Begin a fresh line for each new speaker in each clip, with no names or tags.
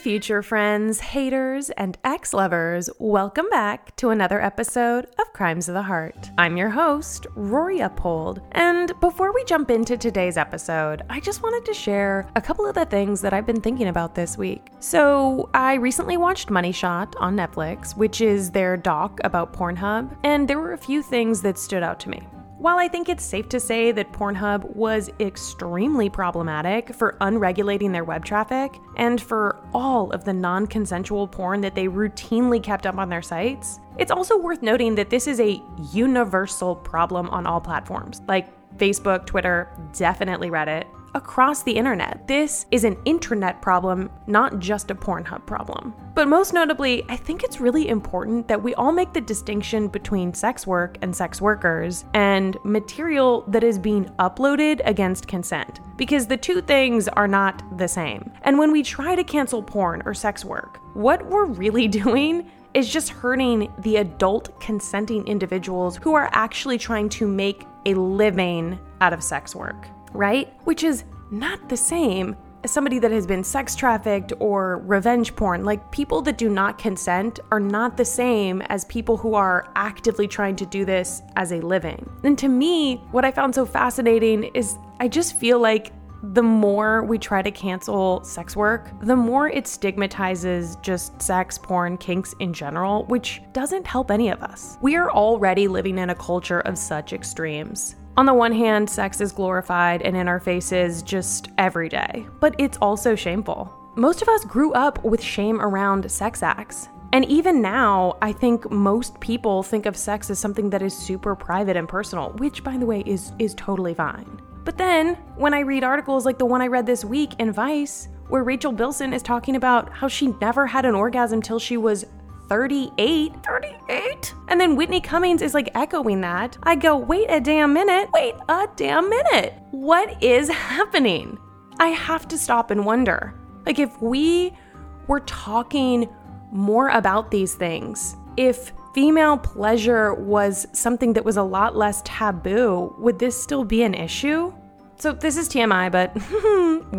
future friends, haters, and ex lovers, welcome back to another episode of Crimes of the Heart. I'm your host, Rory Uphold, and before we jump into today's episode, I just wanted to share a couple of the things that I've been thinking about this week. So, I recently watched Money Shot on Netflix, which is their doc about Pornhub, and there were a few things that stood out to me. While I think it's safe to say that Pornhub was extremely problematic for unregulating their web traffic and for all of the non consensual porn that they routinely kept up on their sites, it's also worth noting that this is a universal problem on all platforms, like Facebook, Twitter, definitely Reddit, across the internet. This is an internet problem, not just a Pornhub problem. But most notably, I think it's really important that we all make the distinction between sex work and sex workers and material that is being uploaded against consent, because the two things are not the same. And when we try to cancel porn or sex work, what we're really doing is just hurting the adult consenting individuals who are actually trying to make a living out of sex work right? Which is not the same as somebody that has been sex trafficked or revenge porn. Like, people that do not consent are not the same as people who are actively trying to do this as a living. And to me, what I found so fascinating is I just feel like the more we try to cancel sex work, the more it stigmatizes just sex, porn, kinks in general, which doesn't help any of us. We are already living in a culture of such extremes. On the one hand, sex is glorified and in our faces just every day, but it's also shameful. Most of us grew up with shame around sex acts. And even now, I think most people think of sex as something that is super private and personal, which by the way is is totally fine. But then, when I read articles like the one I read this week in Vice, where Rachel Bilson is talking about how she never had an orgasm till she was 38. 38? And then Whitney Cummings is like echoing that. I go, wait a damn minute. Wait a damn minute. What is happening? I have to stop and wonder. Like, if we were talking more about these things, if female pleasure was something that was a lot less taboo, would this still be an issue? So, this is TMI, but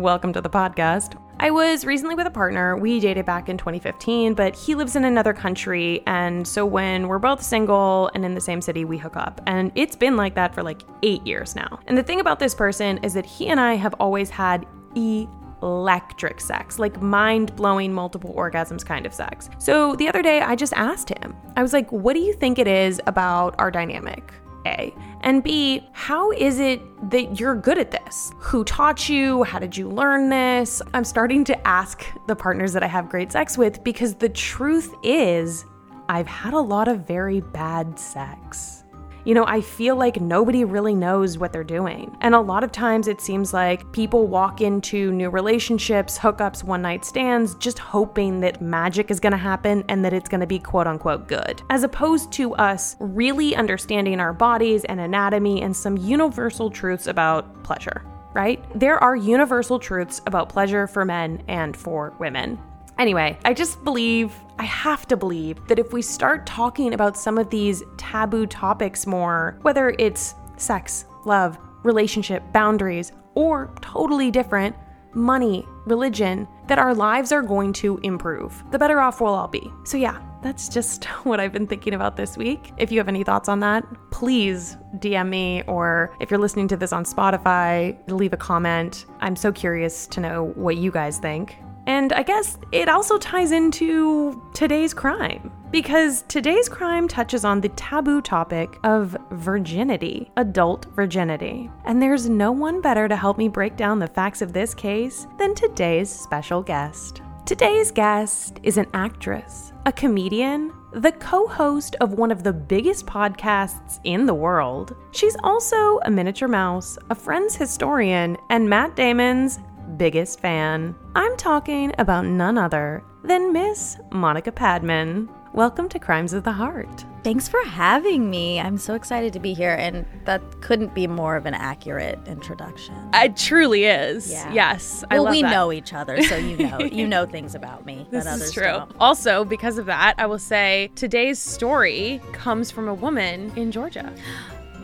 welcome to the podcast. I was recently with a partner. We dated back in 2015, but he lives in another country. And so when we're both single and in the same city, we hook up. And it's been like that for like eight years now. And the thing about this person is that he and I have always had E electric sex, like mind blowing multiple orgasms kind of sex. So the other day, I just asked him, I was like, what do you think it is about our dynamic? A. And B, how is it that you're good at this? Who taught you? How did you learn this? I'm starting to ask the partners that I have great sex with because the truth is, I've had a lot of very bad sex. You know, I feel like nobody really knows what they're doing. And a lot of times it seems like people walk into new relationships, hookups, one night stands, just hoping that magic is gonna happen and that it's gonna be quote unquote good, as opposed to us really understanding our bodies and anatomy and some universal truths about pleasure. Right? There are universal truths about pleasure for men and for women. Anyway, I just believe, I have to believe, that if we start talking about some of these taboo topics more, whether it's sex, love, relationship, boundaries, or totally different, money, religion, that our lives are going to improve. The better off we'll all be. So, yeah, that's just what I've been thinking about this week. If you have any thoughts on that, please DM me, or if you're listening to this on Spotify, leave a comment. I'm so curious to know what you guys think. And I guess it also ties into today's crime, because today's crime touches on the taboo topic of virginity, adult virginity. And there's no one better to help me break down the facts of this case than today's special guest. Today's guest is an actress, a comedian, the co host of one of the biggest podcasts in the world. She's also a miniature mouse, a friend's historian, and Matt Damon's biggest fan. I'm talking about none other than Miss Monica Padman. Welcome to Crimes of the Heart.
Thanks for having me. I'm so excited to be here, and that couldn't be more of an accurate introduction.
It truly is.
Yeah.
Yes. I
well,
love
we
that.
know each other, so you know you know things about me
This
that
is
others
true.
don't.
Also, because of that, I will say today's story comes from a woman in Georgia.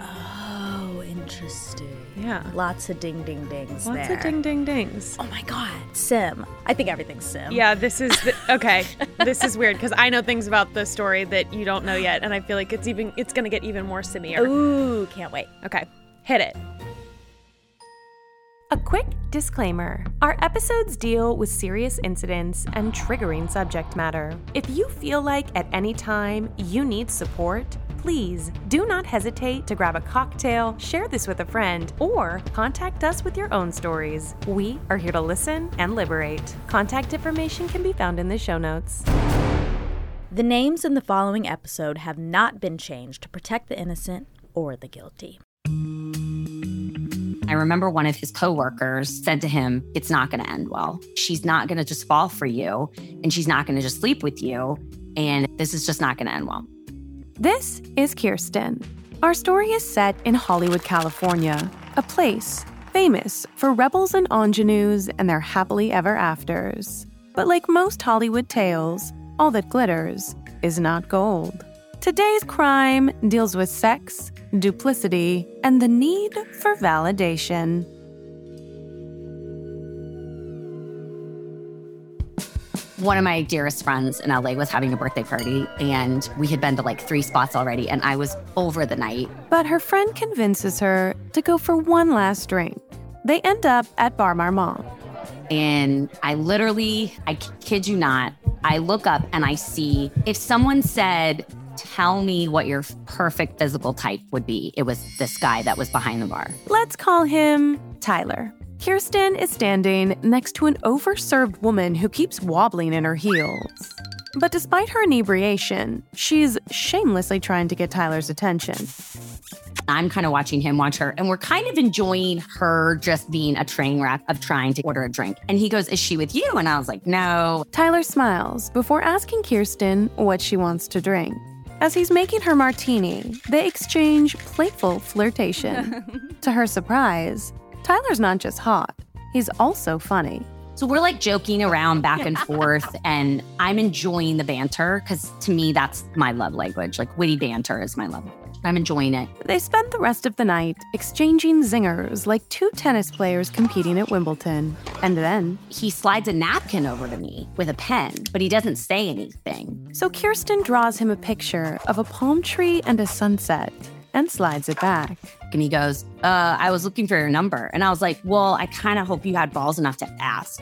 Oh, interesting.
Yeah.
Lots of ding ding dings
Lots
there.
of ding ding dings.
Oh my god. Sim. I think everything's Sim.
Yeah, this is the, okay. this is weird because I know things about the story that you don't know yet, and I feel like it's even it's gonna get even more similar.
Ooh, can't wait.
Okay, hit it.
A quick disclaimer our episodes deal with serious incidents and triggering subject matter. If you feel like at any time you need support, please do not hesitate to grab a cocktail, share this with a friend, or contact us with your own stories. We are here to listen and liberate. Contact information can be found in the show notes.
The names in the following episode have not been changed to protect the innocent or the guilty.
I remember one of his coworkers said to him, It's not going to end well. She's not going to just fall for you, and she's not going to just sleep with you. And this is just not going to end well.
This is Kirsten. Our story is set in Hollywood, California, a place famous for rebels and ingenues and their happily ever afters. But like most Hollywood tales, all that glitters is not gold. Today's crime deals with sex, duplicity, and the need for validation.
One of my dearest friends in LA was having a birthday party, and we had been to like three spots already, and I was over the night.
But her friend convinces her to go for one last drink. They end up at Bar Marmont.
And I literally, I k- kid you not, I look up and I see if someone said, Tell me what your perfect physical type would be, it was this guy that was behind the bar.
Let's call him Tyler. Kirsten is standing next to an overserved woman who keeps wobbling in her heels. But despite her inebriation, she's shamelessly trying to get Tyler's attention.
I'm kind of watching him watch her, and we're kind of enjoying her just being a train wreck of trying to order a drink. And he goes, Is she with you? And I was like, No.
Tyler smiles before asking Kirsten what she wants to drink. As he's making her martini, they exchange playful flirtation. to her surprise, Tyler's not just hot, he's also funny.
So we're like joking around back and forth, and I'm enjoying the banter because to me, that's my love language. Like witty banter is my love language. I'm enjoying it.
They spent the rest of the night exchanging zingers like two tennis players competing at Wimbledon. And then,
He slides a napkin over to me with a pen, but he doesn't say anything.
so Kirsten draws him a picture of a palm tree and a sunset and slides it back.
And he goes, uh, I was looking for your number. And I was like, Well, I kind of hope you had balls enough to ask.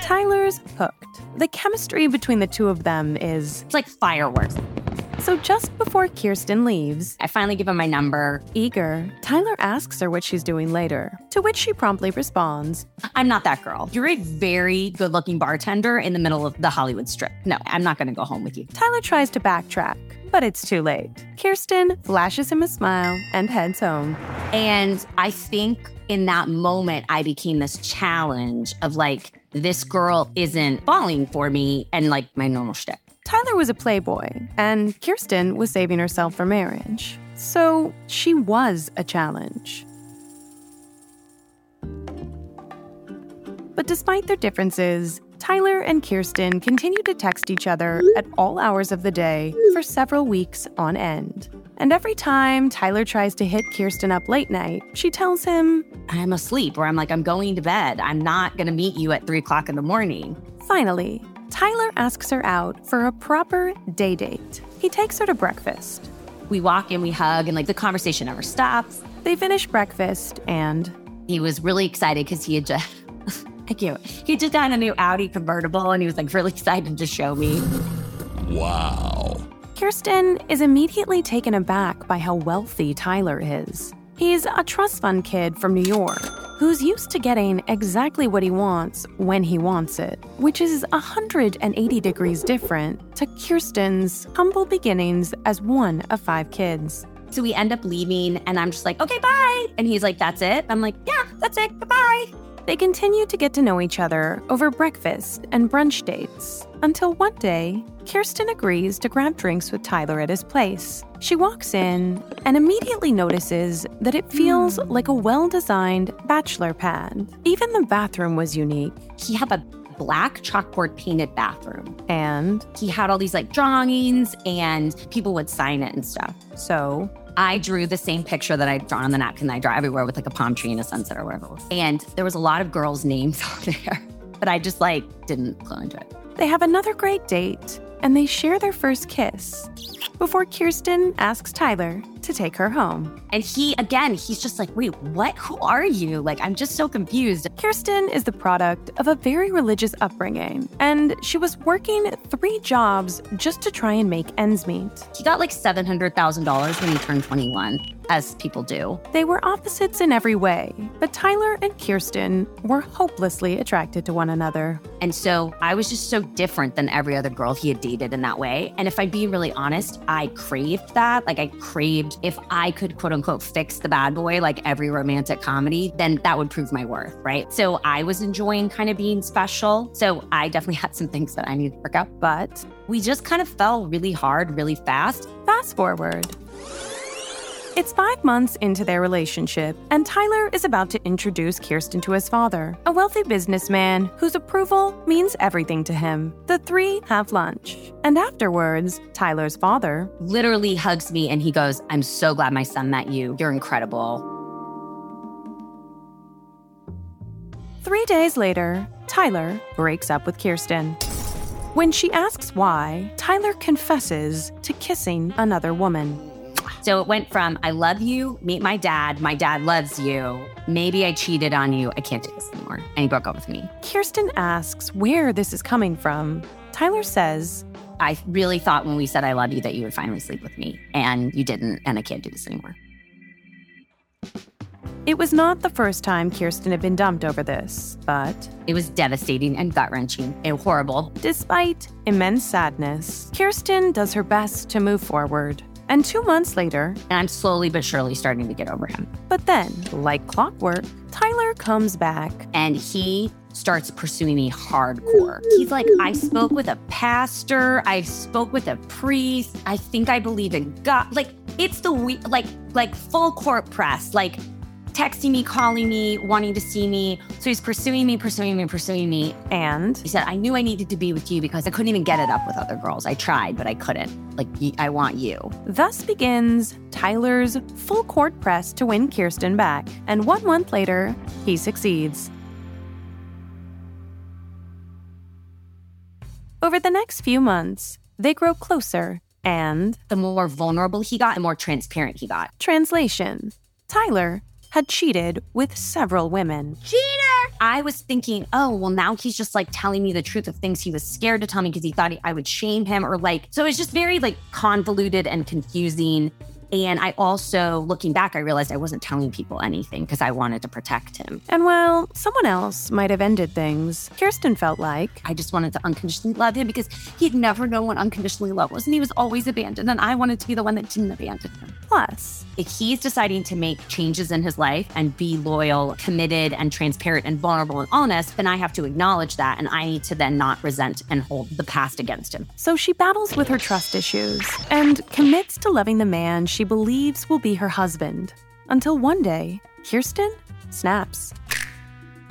Tyler's hooked. The chemistry between the two of them is
It's like fireworks.
so just before Kirsten leaves,
I finally give him my number.
eager, Tyler asks her what she's doing later, to which she promptly responds,
I'm not that girl. You're a very good looking bartender in the middle of the Hollywood strip. No, I'm not going to go home with you.
Tyler tries to backtrack, but it's too late. Kirsten flashes him a smile and heads home.
And I think in that moment, I became this challenge of like, this girl isn't falling for me and like my normal shtick.
Tyler was a playboy, and Kirsten was saving herself for marriage. So she was a challenge. But despite their differences, Tyler and Kirsten continued to text each other at all hours of the day for several weeks on end. And every time Tyler tries to hit Kirsten up late night, she tells him,
I'm asleep, or I'm like, I'm going to bed. I'm not going to meet you at three o'clock in the morning.
Finally, Tyler asks her out for a proper day date. He takes her to breakfast.
We walk in, we hug, and like the conversation never stops.
They finish breakfast and
He was really excited because he had just, thank you, he had just got a new Audi convertible and he was like really excited to show me.
Kirsten is immediately taken aback by how wealthy Tyler is. He's a trust fund kid from New York who's used to getting exactly what he wants when he wants it, which is 180 degrees different to Kirsten's humble beginnings as one of five kids.
So we end up leaving, and I'm just like, okay, bye. And he's like, that's it. I'm like, yeah, that's it. Goodbye.
They continue to get to know each other over breakfast and brunch dates until one day, Kirsten agrees to grab drinks with Tyler at his place. She walks in and immediately notices that it feels like a well designed bachelor pad. Even the bathroom was unique,
He had a black chalkboard painted bathroom.
and
He had all these like drawings, and people would sign it and stuff.
so
I drew the same picture that I'd drawn on the napkin that I draw everywhere with like a palm tree and a sunset or whatever. it was. And there was a lot of girls' names on there, but I just like didn't go into it.
They have another great date and they share their first kiss before Kirsten asks Tyler to take her home.
And he, again, he's just like, wait, what? Who are you? Like, I'm just so confused.
Kirsten is the product of a very religious upbringing, and she was working three jobs just to try and make ends meet.
He got like $700,000 when he turned 21, as people do.
They were opposites in every way, but Tyler and Kirsten were hopelessly attracted to one another.
And so I was just so different than every other girl he had dated in that way. And if I'm being really honest, I craved that. Like, I craved if I could quote unquote fix the bad boy, like every romantic comedy, then that would prove my worth, right? So I was enjoying kind of being special. So I definitely had some things that I needed to work out, but we just kind of fell really hard, really fast.
Fast forward. It's five months into their relationship, and Tyler is about to introduce Kirsten to his father, a wealthy businessman whose approval means everything to him. The three have lunch, and afterwards, Tyler's father
Literally hugs me and he goes, I'm so glad my son met you. You're incredible.
Three days later, Tyler breaks up with Kirsten. When she asks why, Tyler confesses to kissing another woman.
So it went from I love you, meet my dad, my dad loves you, maybe I cheated on you, I can't do this anymore. And he broke up with me.
Kirsten asks where this is coming from. Tyler says,
I really thought when we said I love you that you would finally sleep with me, and you didn't, and I can't do this anymore.
It was not the first time Kirsten had been dumped over this, but
It was devastating and gut wrenching and horrible.
despite immense sadness, Kirsten does her best to move forward. And two months later,
And I'm slowly but surely starting to get over him.
but then, like clockwork, Tyler comes back
and he starts pursuing me hardcore. He's like, I spoke with a pastor, I spoke with a priest, I think I believe in God. Like, it's the we like like full court press, like texting me, calling me, wanting to see me. So he's pursuing me, pursuing me, pursuing me.
and
He said, I knew I needed to be with you because I couldn't even get it up with other girls. I tried, but I couldn't. Like, y- I want you.
Thus begins Tyler's full court press to win Kirsten back, and one month later, he succeeds. Over the next few months, they grow closer, and
The more vulnerable he got, the more transparent he got.
translation Tyler had cheated with several women.
I was thinking, oh, well, now he's just like telling me the truth of things he was scared to tell me because he thought he, I would shame him or like. So it's just very like convoluted and confusing. And I also, looking back, I realized I wasn't telling people anything because I wanted to protect him.
And while someone else might have ended things, Kirsten felt like
I just wanted to unconditionally love him because he'd never known what unconditionally love was. And he was always abandoned. And I wanted to be the one that didn't abandon him.
plus.
If he's deciding to make changes in his life and be loyal, committed, and transparent and vulnerable and honest, then I have to acknowledge that. And I need to then not resent and hold the past against him.
So she battles with her trust issues and commits to loving the man she believes will be her husband. Until one day, Kirsten snaps.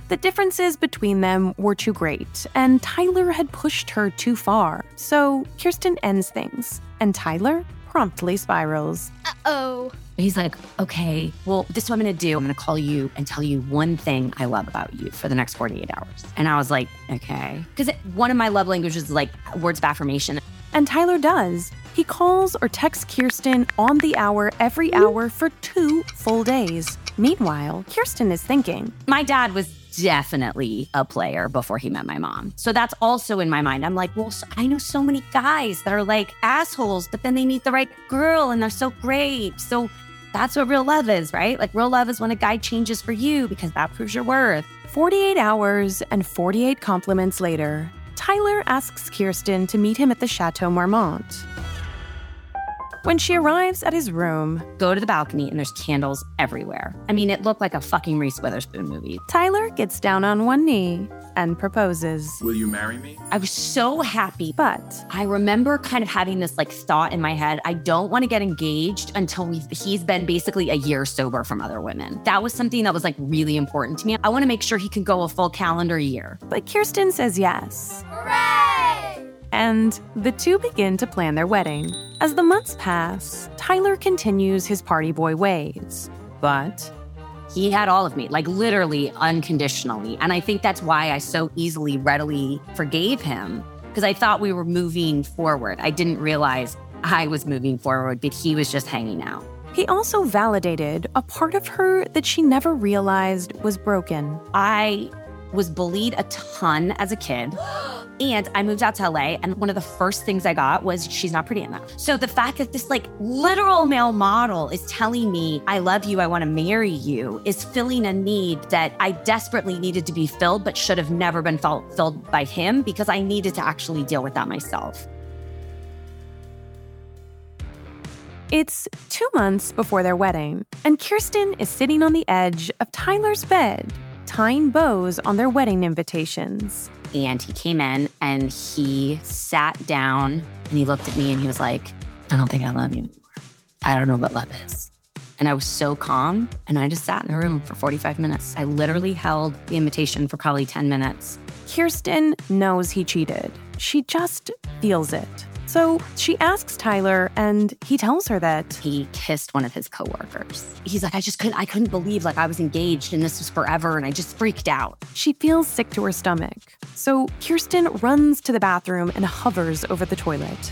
The differences between them were too great, and Tyler had pushed her too far. So Kirsten ends things, and Tyler promptly spirals.
He's like, okay, well, this is what I'm going to do. I'm going to call you and tell you one thing I love about you for the next 48 hours. And I was like, okay. Because one of my love languages is like words of affirmation.
And Tyler does. He calls or texts Kirsten on the hour every hour for two full days. Meanwhile, Kirsten is thinking,
My dad was definitely a player before he met my mom. So that's also in my mind. I'm like, well, so- I know so many guys that are like assholes, but then they meet the right girl and they're so great. So that's what real love is, right? Like, real love is when a guy changes for you because that proves your worth.
48 hours and 48 compliments later, Tyler asks Kirsten to meet him at the Chateau Marmont. When she arrives at his room,
go to the balcony and there's candles everywhere. I mean, it looked like a fucking Reese Witherspoon movie.
Tyler gets down on one knee and proposes.
Will you marry me?
I was so happy. But
But
I remember kind of having this like thought in my head I don't want to get engaged until we've, he's been basically a year sober from other women. That was something that was like really important to me. I want to make sure he can go a full calendar year.
but Kirsten says yes. and the two begin to plan their wedding. As the months pass, Tyler continues his party boy ways, but
He had all of me, like literally unconditionally. And I think that's why I so easily, readily forgave him because I thought we were moving forward. I didn't realize I was moving forward, but he was just hanging out.
he also validated a part of her that she never realized was broken.
I was bullied a ton as a kid. And I moved out to LA, and one of the first things I got was she's not pretty enough. So the fact that this like literal male model is telling me I love you, I want to marry you, is filling a need that I desperately needed to be filled, but should have never been felt, filled by him because I needed to actually deal with that myself.
It's two months before their wedding, and Kirsten is sitting on the edge of Tyler's bed, tying bows on their wedding invitations.
And he came in and he sat down and he looked at me and he was like, I don't think I love you anymore. I don't know what love is. And I was so calm. And I just sat in the room for 45 minutes. I literally held the invitation for probably 10 minutes.
Kirsten knows he cheated. She just feels it. So she asks Tyler, and he tells her that.
He kissed one of his coworkers. He's like, I just couldn't, I couldn't believe like I was engaged and this was forever. And I just freaked out.
She feels sick to her stomach. So Kirsten runs to the bathroom and hovers over the toilet.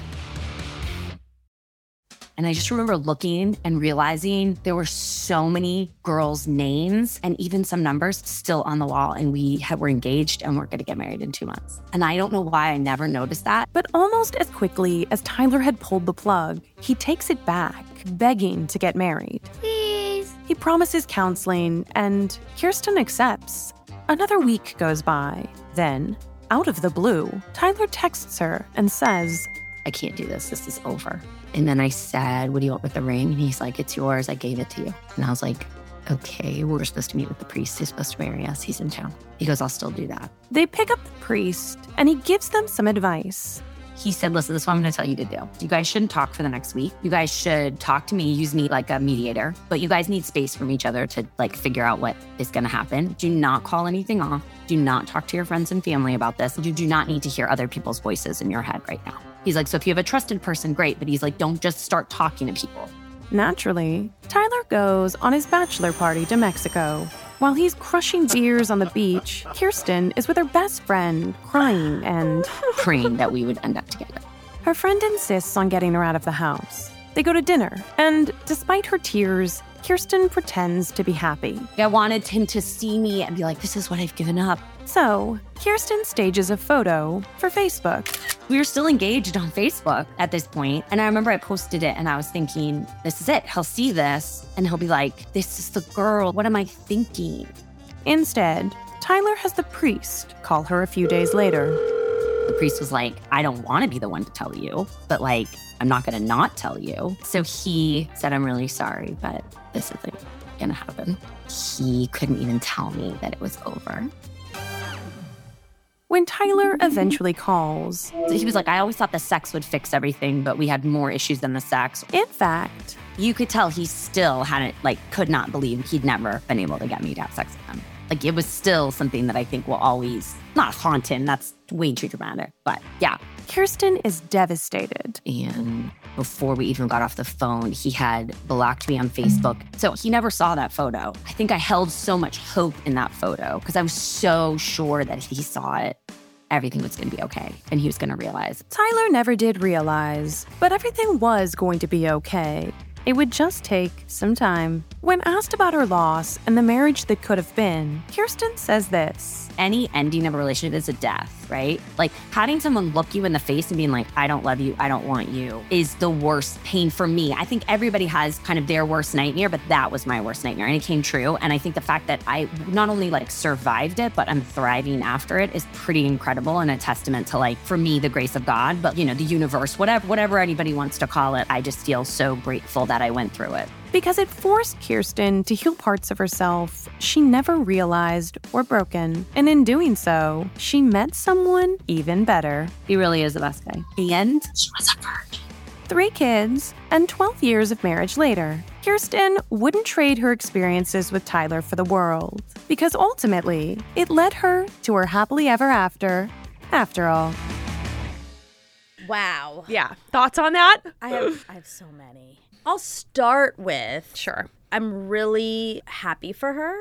And I just remember looking and realizing there were so many girls' names and even some numbers still on the wall. And we had, were engaged and we're going to get married in two months. And I don't know why I never noticed that.
But almost as quickly as Tyler had pulled the plug, he takes it back, begging to get married.
Please.
He promises counseling, and Kirsten accepts. Another week goes by. Then, out of the blue, Tyler texts her and says,
I can't do this. This is over. And then I said, What do you want with the ring? And he's like, It's yours. I gave it to you. And I was like, Okay, we're supposed to meet with the priest. He's supposed to marry us. He's in town. He goes, I'll still do that.
They pick up the priest, and he gives them some advice.
He said, Listen, this is what I'm going to tell you to do. You guys shouldn't talk for the next week. You guys should talk to me, use me like a mediator, but you guys need space from each other to like figure out what is going to happen. Do not call anything off. Do not talk to your friends and family about this. You do not need to hear other people's voices in your head right now. He's like, So if you have a trusted person, great. But he's like, Don't just start talking to people.
Naturally, Tyler goes on his bachelor party to Mexico. While he's crushing beers on the beach, Kirsten is with her best friend, crying, and
Praying that we would end up together.
her friend insists on getting her out of the house. They go to dinner, and despite her tears, Kirsten pretends to be happy.
I wanted him to see me and be like, This is what I've given up.
So, Kirsten stages a photo for Facebook.
we were still engaged on Facebook at this point. And I remember I posted it and I was thinking, this is it. He'll see this and he'll be like, this is the girl. What am I thinking?
Instead, Tyler has the priest call her a few days later.
The priest was like, I don't want to be the one to tell you, but like, I'm not going to not tell you. So he said, I'm really sorry, but this isn't going to happen. He couldn't even tell me that it was over.
When Tyler eventually calls,
So he was like, I always thought the sex would fix everything, but we had more issues than the sex.
in fact,
you could tell he still hadn't like could not believe he'd never been able to get me to have sex with him like it was still something that i think will always not haunt him that's way too dramatic but yeah
Kirsten is devastated.
and before we even got off the phone he had blocked me on facebook so he never saw that photo i think i held so much hope in that photo because i was so sure that if he saw it everything was going to be okay and he was going to realize
Tyler never did realize, but everything was going to be okay. It would just take some time. When asked about her loss and the marriage that could have been, Kirsten says this
any ending of a relationship is a death, right? Like having someone look you in the face and being like, I don't love you, I don't want you is the worst pain for me. I think everybody has kind of their worst nightmare, but that was my worst nightmare and it came true. And I think the fact that I not only like survived it, but I'm thriving after it is pretty incredible and a testament to like, for me, the grace of God, but you know, the universe, whatever, whatever anybody wants to call it. I just feel so grateful that I went through it.
because it forced Kirsten to heal parts of herself she never realized were broken. And in doing so, she met someone even better.
He really is the best guy. And she was a virgin.
Three kids, and 12 years of marriage later, Kirsten wouldn't trade her experiences with Tyler for the world, because ultimately, it led her to her happily ever after, after all.
Wow.
Yeah. Thoughts on that?
I have I have so many. I'll start with
Sure.
I'm really happy for her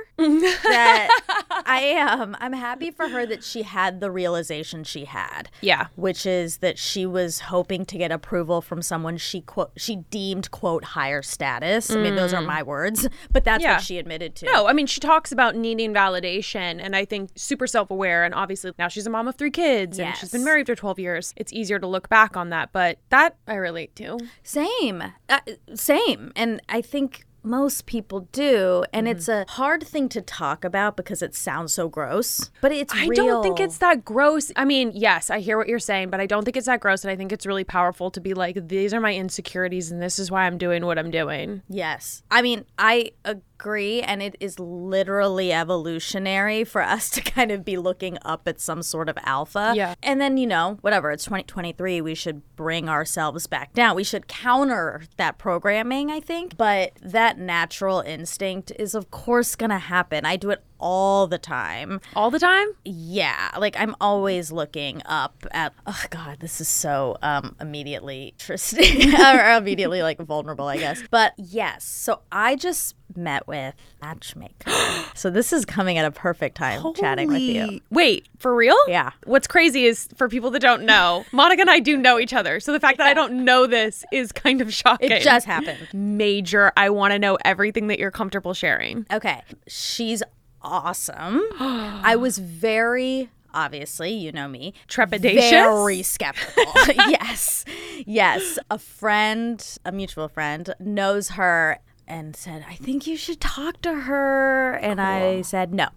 that I am. I'm happy for her that she had the realization she had.
Yeah.
Which is that she was hoping to get approval from someone she quote she deemed quote higher status. I mean, those are my words, but that's
Mm. Yeah.
what she admitted to.
No, I mean, she talks about needing validation, and I think super self aware. And obviously, now she's a mom of three kids and she's been
Yes.
married for 12 years. It's easier to look back on that, but that I relate to.
Same. Uh, same. And I think most people do. And
Mm-hmm.
it's a hard thing to talk about because it sounds so gross, but it's
I
real.
don't think it's that gross. I mean, yes, I hear what you're saying, but I don't think it's that gross. And I think it's really powerful to be like, these are my insecurities, and this is why I'm doing what I'm doing.
Yes. I mean, I agree. And it is literally evolutionary for us to kind of be looking up at some sort of alpha.
Yeah.
And then, you know, whatever, it's 2023. We should bring ourselves back down. We should counter that programming, I think. But that natural instinct is, of course, going to happen. I do it all the time.
All the time?
Yeah, like I'm always looking up at. Oh God, this is so um, immediately interesting or immediately like vulnerable, I guess. But yes, so I just met with matchmaker. so this is coming at a perfect time chatting with you.
Wait, for real?
Yeah.
What's crazy is for people that don't know, Monica and I do know each other. So the fact that I don't know this is kind of shocking.
It just happened.
major. I want to know everything that you're comfortable sharing.
Okay, she's awesome. I was very obviously, you know me,
Trepidatious?
very skeptical. yes, yes. A friend, a mutual friend, knows her and said, "I think you should talk to her." And I said, "No."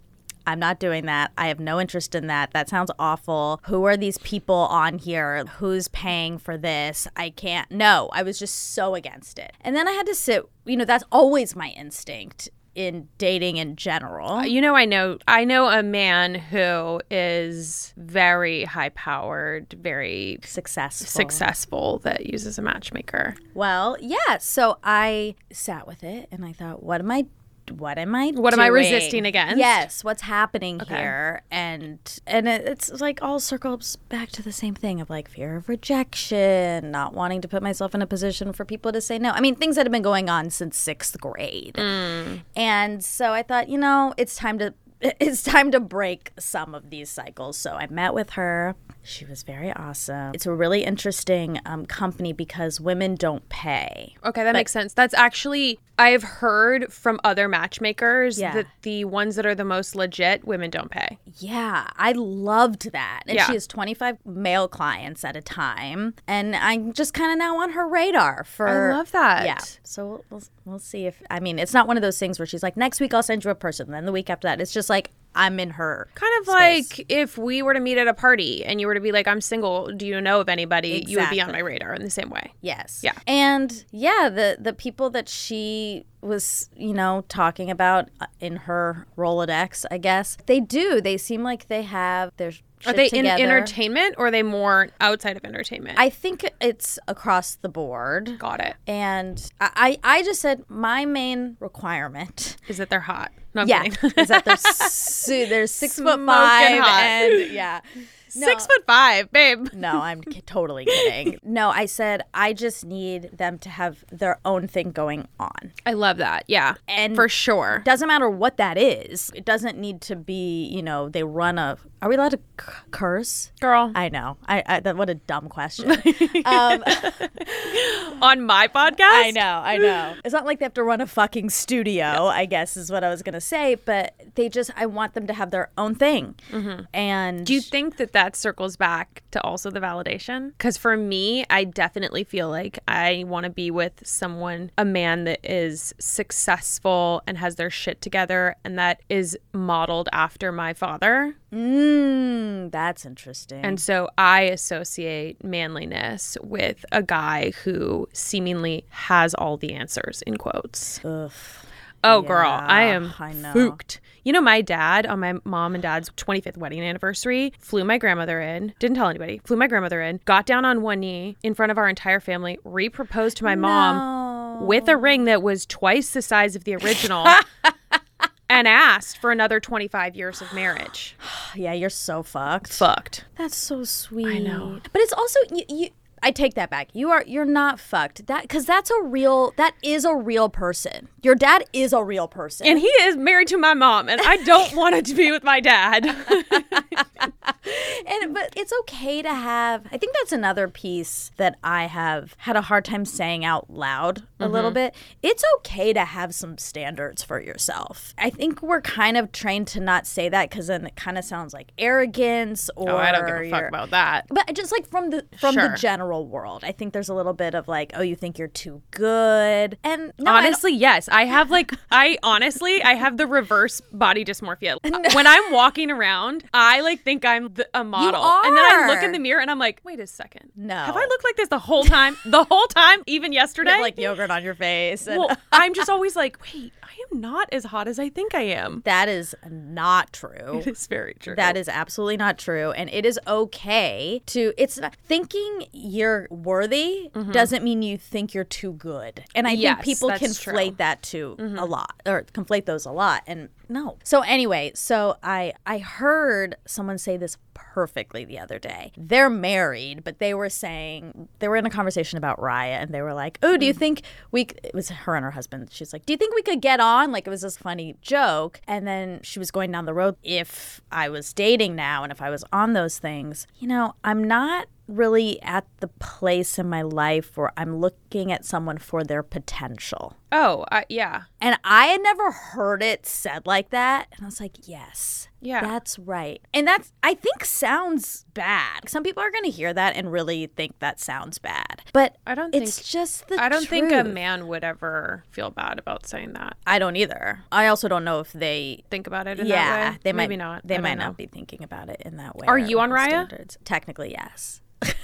I'm not doing that. I have no interest in that. That sounds awful. Who are these people on here? Who's paying for this? I can't. No, I was just so against it. And then I had to sit, you know, that's always my instinct in dating in general.
Uh, You know, I know, I know a man who is very high powered, very
Successful.
successful that uses a matchmaker.
Well, yeah. So I sat with it and I thought, what am I what am I
What am I
doing?
resisting against?
Yes, what's happening here? And and it, it's like all circles back to the same thing of like fear of rejection, not wanting to put myself in a position for people to say no. I mean, things that have been going on since 6th grade. And so I thought, you know, it's time to it's time to break some of these cycles. So I met with her. She was very awesome. It's a really interesting um, company because women don't pay.
Okay, that makes sense. That's actually I've heard from other matchmakers
Yeah.
that the ones that are the most legit women don't pay.
Yeah, I loved that. And
Yeah.
she has 25 male clients at a time. And I'm just kind of now on her radar for.
I love that.
Yeah. So we'll, we'll, we'll see if. I mean, it's not one of those things where she's like, next week I'll send you a person. Then the week after that, it's just like, I'm in her.
Kind of
space.
like if we were to meet at a party and you were to be like, I'm single, do you know of anybody? You would be on my
Exactly.
radar in the same way.
Yes.
Yeah.
And yeah, the the people that she was, you know, talking about uh, in her Rolodex, I guess they do. They seem like they have their.
Are
shit
they in
together.
entertainment or are they more outside of entertainment?
I think it's across the board.
got it.
And I, I I just said my main requirement,
Is that they're hot? No, I'm
yeah,
kidding.
is that they're su- they're six foot
Smoking
five
hot.
and yeah,
Six foot five, babe.
no, I'm ki- totally kidding. No, I said I just need them to have their own thing going on.
I love that. Yeah.
And-
for sure.
Doesn't matter what that is. It doesn't need to be, you know, they run a. Are we allowed to c- curse?
Girl,
I know. I, I that, what a dumb question. Um,
on my podcast?
I know, I know. It's not like they have to run a fucking studio, I guess is what I was going to say, but they just, I want them to have their own thing. And
Do you think that that circles back to also the validation? Because for me, I definitely feel like I want to be with someone, a man that is successful and has their shit together and that is modeled after my father.
Mm, that's interesting.
And so I associate manliness with a guy who seemingly has all the answers in quotes.
Ugh.
Oh, girl, I am
I know.
spooked. You know, my dad on my mom and dad's 25th wedding anniversary flew my grandmother in, didn't tell anybody, flew my grandmother in, got down on one knee in front of our entire family, reproposed to my mom with a ring that was twice the size of the original. And asked for another 25 years of marriage.
Yeah, you're so fucked.
Fucked.
That's so sweet. I know. But it's also, you, you, I take that back. You are you're not fucked. That cuz that's a real that is a real person. Your dad is a real person.
And he is married to my mom, and I don't want to be with my dad.
and but it's okay to have i think that's another piece that i have had a hard time saying out loud a
Mm-hmm.
little bit it's okay to have some standards for yourself i think we're kind of trained to not say that because then it kind of sounds like arrogance or
oh, I don't give a fuck
you're-
about that.
but just like from the from
Sure.
the general world i think there's a little bit of like oh you think you're too good and no, I don't-
honestly, yes. I have like I honestly I have the reverse body dysmorphia. When I'm walking around, I like think I'm the, a model, and then I look in
are.
the mirror and I'm like, wait a second,
No.
have I looked like this the whole time? The whole time, even yesterday.
have, like yogurt on your face and
well, I'm just always like, wait, I am not as hot as I think I am.
that is not true
It's very true.
That is absolutely not true. And it is okay to, it's not, thinking you're worthy doesn't mean you think you're too good. And I
Mm-hmm. Yes,
think people
that's
conflate
true.
that too a lot or conflate those a lot. And no. So anyway, so I, I heard someone say this perfectly the other day. They're married, but they were saying, they were in a conversation about Raya and they were like, oh, do you think we, c-" it was her and her husband. She's like, do you think we could get on? Like it was this funny joke. And then she was going down the road. If I was dating now and if I was on those things, you know, I'm not really at the place in my life where I'm looking at someone for their potential.
Oh, I, yeah.
And I had never heard it said like that. And I was like, yes.
Yeah.
That's right. And that's, I think, sounds bad. Some people are going to hear that and really think that sounds bad. But
I don't
it's
think
just the
I don't think a
truth.
man would ever feel bad about saying that.
I don't either. I also don't know if they.
Think about it in that
yeah,
way.
they might
Maybe not.
They
I don't
might
know.
not be thinking about it in that way.
Are
or
you on
with
Raya?
standards. Technically, yes.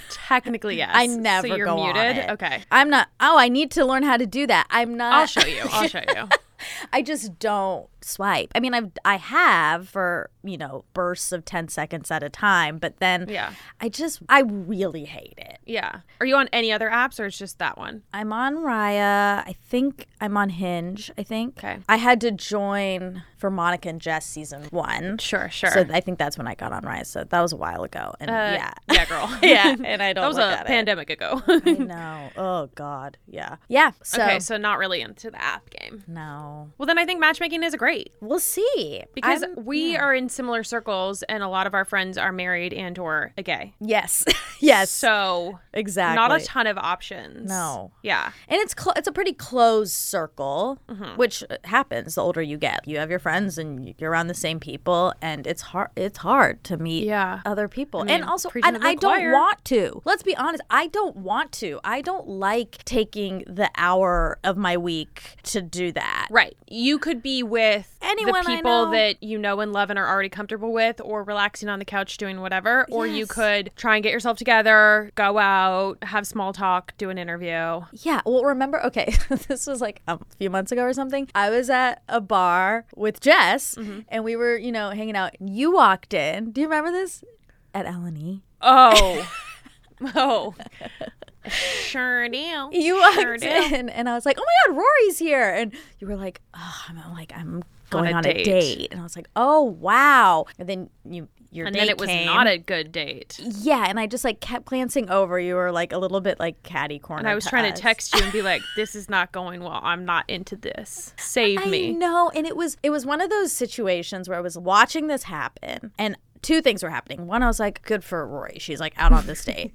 Technically, yes.
I never
So you're
go on
muted.
it.
Okay.
I'm not. Oh, I need to learn how to do that. I'm not.
I'll show you. I'll show you.
I just don't swipe. I mean, I've I have for you know bursts of ten seconds at a time, but then
Yeah.
I just I really hate it.
Yeah. Are you on any other apps or it's just that one?
I'm on Raya. I think I'm on Hinge. I think.
Okay.
I had to join for Monica and Jess season one.
Sure, sure. Uh,
So I think that's when I got on Raya. So that was a while ago. And yeah.
yeah, girl.
Yeah, and I don't
that was
look
a
at it.
pandemic ago.
I know. Oh God. Yeah. Yeah. So
okay, so not really into the app game.
no.
Well, then I think matchmaking is great
We'll see.
because
I'm-
we are in similar circles, and a lot of our friends are married and or gay.
Yes. yes.
So
exactly.
not a ton of options.
No.
Yeah.
And it's cl- it's a pretty closed circle,
Mm-hmm.
which uh, happens the older you get. You have your friends and you're around the same people, and it's hard it's hard to meet
Yeah.
other people. and
mean,
also,
preaching
and
to the
I don't
choir.
want to. Let's be honest, I don't want to. I don't like taking the hour of my week to do that.
Right. You could be with
Anyone
the
I
people
know.
that you know and love and are already comfortable with, or relaxing on the couch doing whatever. Or you
Yes.
could try and get yourself together, go out, have small talk, do an interview.
Yeah. Well, remember, okay, this was like um, a few months ago or something. I was at a bar with Jess,
Mm-hmm.
and we were, you know, hanging out. You walked in. Do you remember this? At Ellen E.
Oh. oh. Sure do.
You walked
sure do.
in, and I was like, "Oh my God, Rory's here!" And you were like, "Oh, I'm I'm like I'm going on,
a
a,
date.
date. and I was like, "Oh wow!" And then you your
And
date
then it was
came.
not a good date.
yeah, and I just like kept glancing over. You were like a little bit like catty corner.
And I was trying
us.
to text you and be like, this is not going well. I'm not into this. Save
I
me.
know, and it was it was one of those situations where I was watching this happen, and two things were happening. One, I was like, "Good for Rory, she's like out on this date,"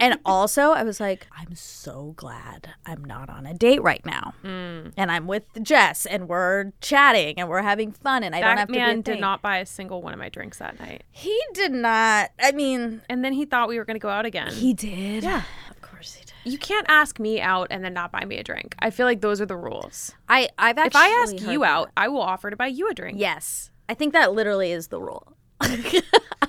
and also I was like, "I'm so glad I'm not on a date right now,
Mm.
and I'm with Jess, and we're chatting, and we're having fun, and I don't have
That
to be a
man did
thing."
not buy a single one of my drinks that night.
He did not. I mean,
And then he thought we were going to go out again.
he did. Yeah, of course he did.
you can't ask me out and then not buy me a drink. I feel like those are the rules.
I I've actually
If I ask
heard
you
that.
out, I will offer to buy you a drink.
Yes. I think that literally is the rule.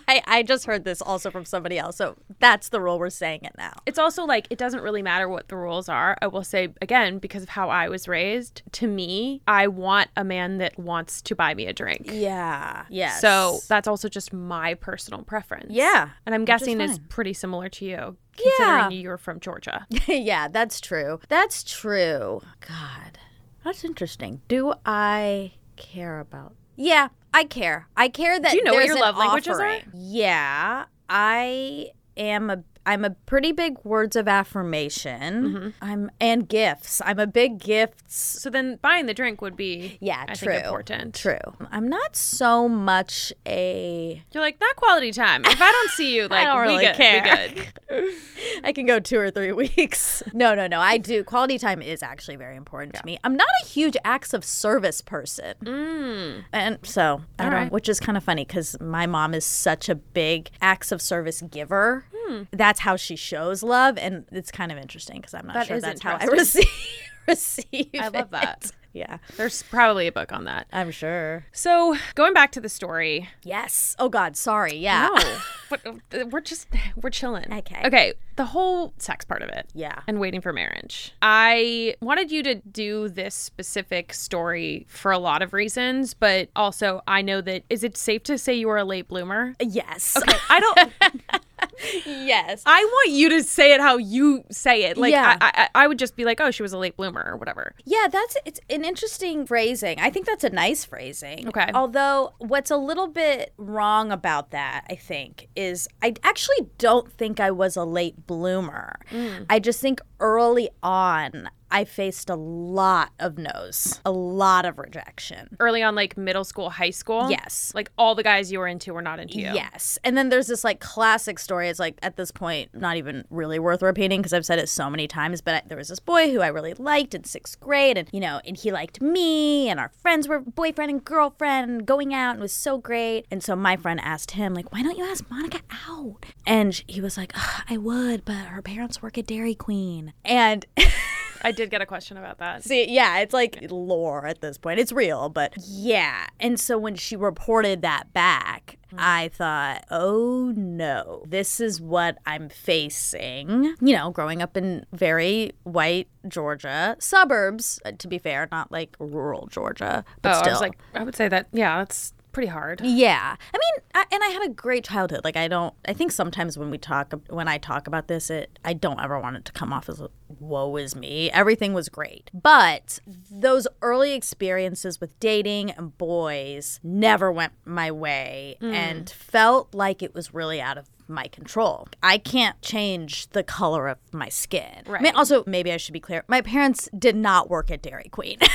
I, I just heard this also from somebody else. So that's the rule. We're saying it now.
It's also like it doesn't really matter what the rules are. I will say again because of how I was raised, to me, I want a man that wants to buy me a drink.
Yeah. Yes.
So that's also just my personal preference.
Yeah.
And I'm
is
guessing it's
fine.
pretty similar to you,
Yeah.
considering you're from Georgia.
yeah, that's true. That's true. God. That's interesting. Do I care about Yeah, I care. I care that
you know what
there's
your
an
love languages are?
offering. Yeah. I am a I'm a pretty big words of affirmation.
Mm-hmm.
I'm and gifts. I'm a big gifts.
So then buying the drink would be
Yeah,
I
true.
Think important.
True. I'm not so much a
You're like that quality time. If I don't see you, like
don't
we
really
good, we
care.
good.
I can go two or three weeks. No, no, no. I do. Quality time is actually very important to me. I'm not a huge acts of service person.
Mm.
And so, I don't, which is kind of funny because my mom is such a big acts of service giver.
Hmm.
That's how she shows love. And it's kind of interesting because I'm not
That
sure
is
that's how I
interesting.
receive, receive
I love that.
Yeah,
There's probably a book on that.
I'm sure.
So going back to the story,
Yes. Oh, God. Sorry. Yeah.
no, but uh, we're just we're chilling.
Okay.
Okay. The whole sex part of it.
Yeah.
And waiting for marriage. I wanted you to do this specific story for a lot of reasons, but also I know that is it safe to say you are a late bloomer?
Yes.
I don't.
yes.
I want you to say it how you say it. Like
Yeah.
I, I, I would just be like, oh, she was a late bloomer or whatever.
Yeah, that's it's an interesting phrasing. I think that's a nice phrasing.
Okay.
Although what's a little bit wrong about that, I think, is I actually don't think I was a late bloomer. I just think early on I faced a lot of no's, a lot of rejection.
Early on, like middle school, high school.
Yes.
Like all the guys you were into were not into you.
Yes. And then there's this like classic story. It's like at this point, not even really worth repeating because I've said it so many times. But I, there was this boy who I really liked in sixth grade, and you know, and he liked me, and our friends were boyfriend and girlfriend and going out, and it was so great. And so my friend asked him, like, why don't you ask Monica out? And sh- he was like, "Ugh, I would, but her parents work at Dairy Queen. And
I did get a question about that.
See, yeah, it's like lore at this point. It's real, but yeah. And so when she reported that back,
Mm-hmm.
I thought, oh no, this is what I'm facing. You know, growing up in very white Georgia suburbs, uh, to be fair, not like rural Georgia, but
oh,
still.
I was like, I would say that. Yeah, that's pretty hard.
Yeah. I mean, I, and I had a great childhood. Like, I don't, I think sometimes when we talk, when I talk about this, it, I don't ever want it to come off as woe is me. Everything was great. But those early experiences with dating and boys never went my way and felt like it was really out of my control. I can't change the color of my skin. Right. also, maybe I should be clear. My parents did not work at Dairy Queen.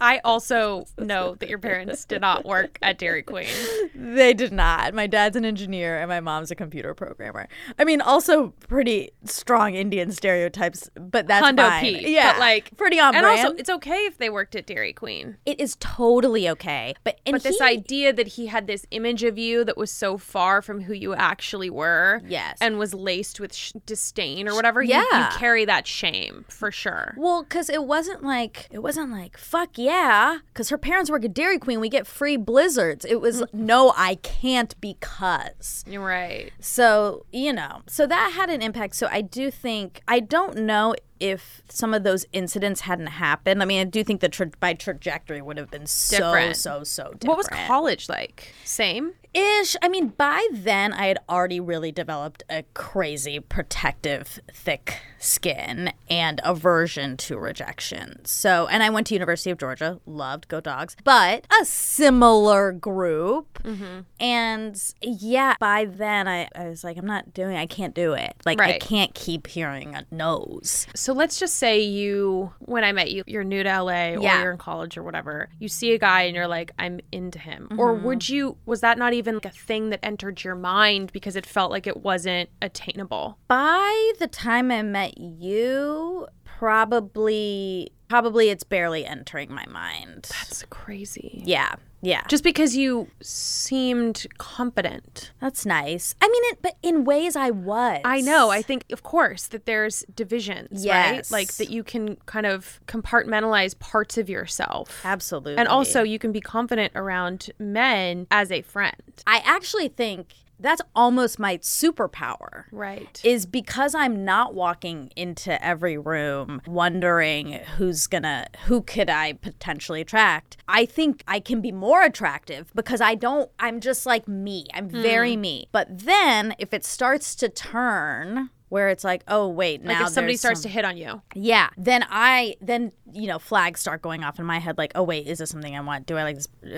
I also know that your parents did not work at Dairy Queen.
They did not. My dad's an engineer and my mom's a computer programmer. I mean, also pretty strong Indian stereotypes, but that's
Hundo
fine.
P.
Yeah,
but like
pretty on
And
brand.
also, it's okay if they worked at Dairy Queen.
it is totally okay. But and
But this
he-
idea that he had this image of you that was so far from who you actually were,
Yes.
and was laced with sh- disdain or whatever, you- you,
Yeah.
carry that shame for sure.
Well, because it wasn't like it wasn't like fuck yeah, because her parents work at Dairy Queen, we get free blizzards. It was no, I can't because.
You're right.
So, you know, so that had an impact. So I do think, I don't know if some of those incidents hadn't happened. I mean, I do think the tra- my trajectory would have been so,
Different.
so, so different.
What was college like? Same.
Ish. I mean, by then I had already really developed a crazy protective, thick skin and aversion to rejection. So, and I went to University of Georgia, loved Go Dogs, but a similar group.
Mm-hmm.
And yeah, by then I, I was like, I'm not doing. I can't do it. Like I
Right.
can't keep hearing a nose.
So let's just say you, when I met you, you're new to LA or
Yeah.
you're in college or whatever. You see a guy and you're like, I'm into him. Or would you, was that not even like a thing that entered your mind because it felt like it wasn't attainable?
By the time I met you, probably probably it's barely entering my mind.
That's crazy.
Yeah. Yeah.
Just because you seemed competent.
That's nice. I mean it but in ways I was.
I know. I think, of course, that there's divisions, right?
Yes.
Like that you can kind of compartmentalize parts of yourself.
absolutely.
And also, you can be confident around men as a friend.
I actually think that's almost my superpower.
Right.
Is because I'm not walking into every room wondering who's gonna, who could I potentially attract. I think I can be more attractive because I don't, I'm just like me. I'm
Hmm.
very me. But then if it starts to turn where it's like, oh, wait, now
like if somebody
there's
starts
some-
to hit on you.
Yeah. Then I then you know, flags start going off in my head like, oh, wait, is this something I want? Do I like this? Uh,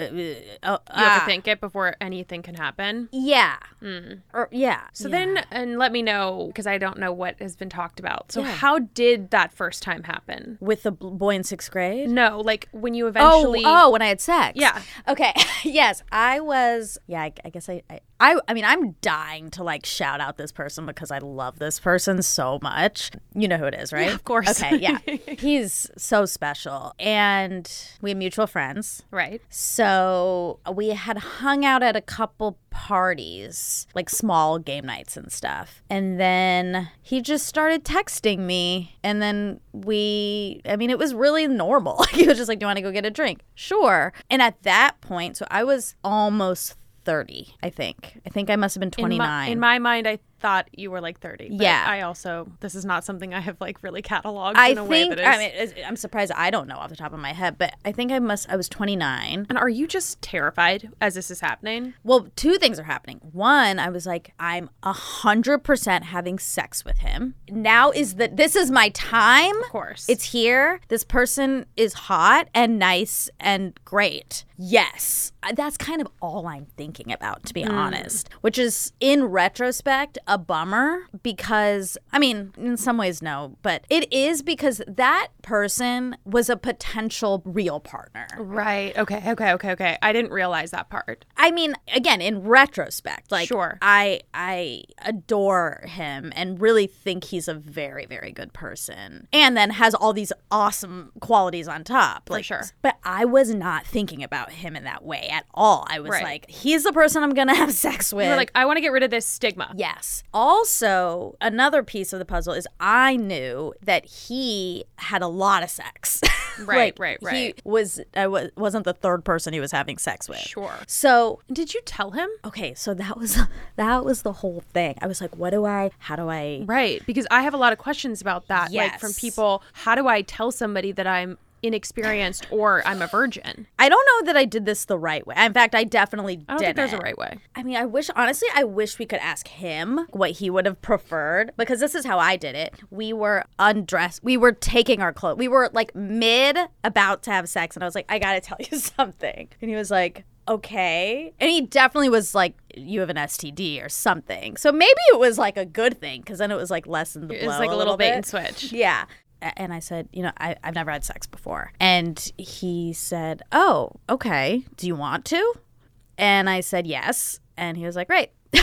uh, oh,
You have
ah.
to think it before anything can happen.
Yeah. Or, Hmm. yeah.
So then, and let me know because I don't know what has been talked about. So, how did that first time happen?
With the bl- boy in sixth grade?
No, like when you
Oh,
eventually.
oh, when I had sex.
Yeah.
Okay. yes, I was. Yeah, I, I guess I, I. I. I mean, I'm dying to like shout out this person because I love this person so much. You know who it is, right? of
course.
Okay. Yeah. He's so special, and we have mutual friends.
right.
So we had hung out at a couple parties, like small game nights and stuff. And then he just started texting me. And then we, I mean, it was really normal. he was just like, Do you want to go get a drink? Sure. And at that point, so I was almost 30, I think. I think I must have been
In
29.
my, in my mind, I thought you were like 30. but
Yeah.
I also, this is not something I have like really cataloged
I
in a way
think,
that is.
I mean, it's- I'm surprised I don't know off the top of my head, but I think I must, I was 29.
and are you just terrified as this is happening?
Well, two things are happening. One, I was like, I'm a hundred percent having sex with him. Now is the this is my time.
Of course.
It's here. This person is hot and nice and great. Yes. I- That's kind of all I'm thinking about, to be
Hmm.
honest, which is in retrospect a bummer because, I mean, in some ways, no, but it is because that person was a potential real partner.
right. Okay. Okay. Okay. Okay. I didn't realize that part.
I mean, again, in retrospect, like
Sure.
I I adore him and really think he's a very very good person, and then has all these awesome qualities on top. Like,
sure.
But I was not thinking about him in that way at all. I was
Right.
like, he's the person I'm gonna have sex with.
You're like, I want to get rid of this stigma.
Yes. Also, another piece of the puzzle is I knew that he had a lot of sex.
Right,
Like,
right,
he
right.
was I wa- wasn't the third person he was having sex with.
Sure.
So
And did you tell him?
okay so that was that was the whole thing i was like what do i how do i
Right, because I have a lot of questions about that, like from
Yes.
people. How do I tell somebody that I'm inexperienced or I'm a virgin?
i don't know that i did this the right way in fact i definitely
I don't think there's a right way.
i mean i wish honestly i wish we could ask him what he would have preferred because this is how i did it we were undressed we were taking our clothes we were like mid about to have sex and i was like i gotta tell you something and he was like okay and he definitely was like you have an std or something so maybe it was like a good thing because then it was like lessen the blow
It's like a little bait and switch.
Yeah. A- And I said, you know, I, I've never had sex before. And he said, oh, okay. Do you want to? And I said, yes. And he was like, great.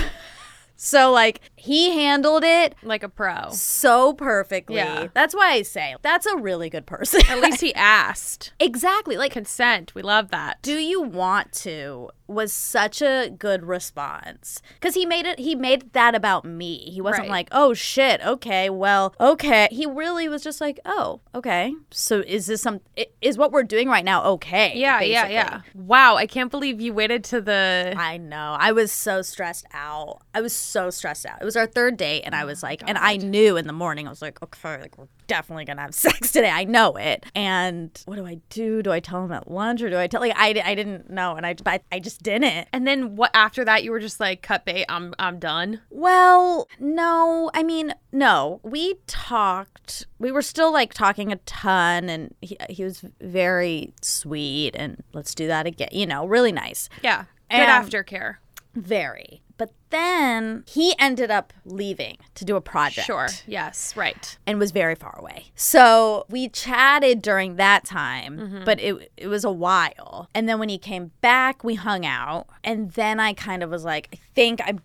so, like, he handled it
Like a pro.
so perfectly.
Yeah.
That's why I say that's a really good person.
At least he asked.
exactly. Like,
Consent. We love that.
do you want to was such a good response because he made it he made that about me he wasn't
Right.
like oh shit okay well okay he really was just like oh okay so is this some i- is what we're doing right now okay
yeah, yeah,
basically.
yeah. Wow, I can't believe you waited to the.
I know. I was so stressed out. I was so stressed out. It was our third date, and I was like, and I knew in the morning, I was like, okay, like we're definitely gonna have sex today. I know it. And what do I do? Do I tell him at lunch or do I tell? Like, I, I didn't know, and I, but I just didn't.
And then what? After that, you were just like, cut bait. I'm, I'm done.
Well, no. I mean, no. We talked. We were still like talking a ton, and he, he was very sweet. And let's do that again. You know, really nice.
Yeah. Good
And-
aftercare.
Very. But then he ended up leaving to do a project.
Sure. Yes. Right.
And was very far away. So we chatted during that time, but it it was a while. And then when he came back, we hung out. And then I kind of was like, I think I'm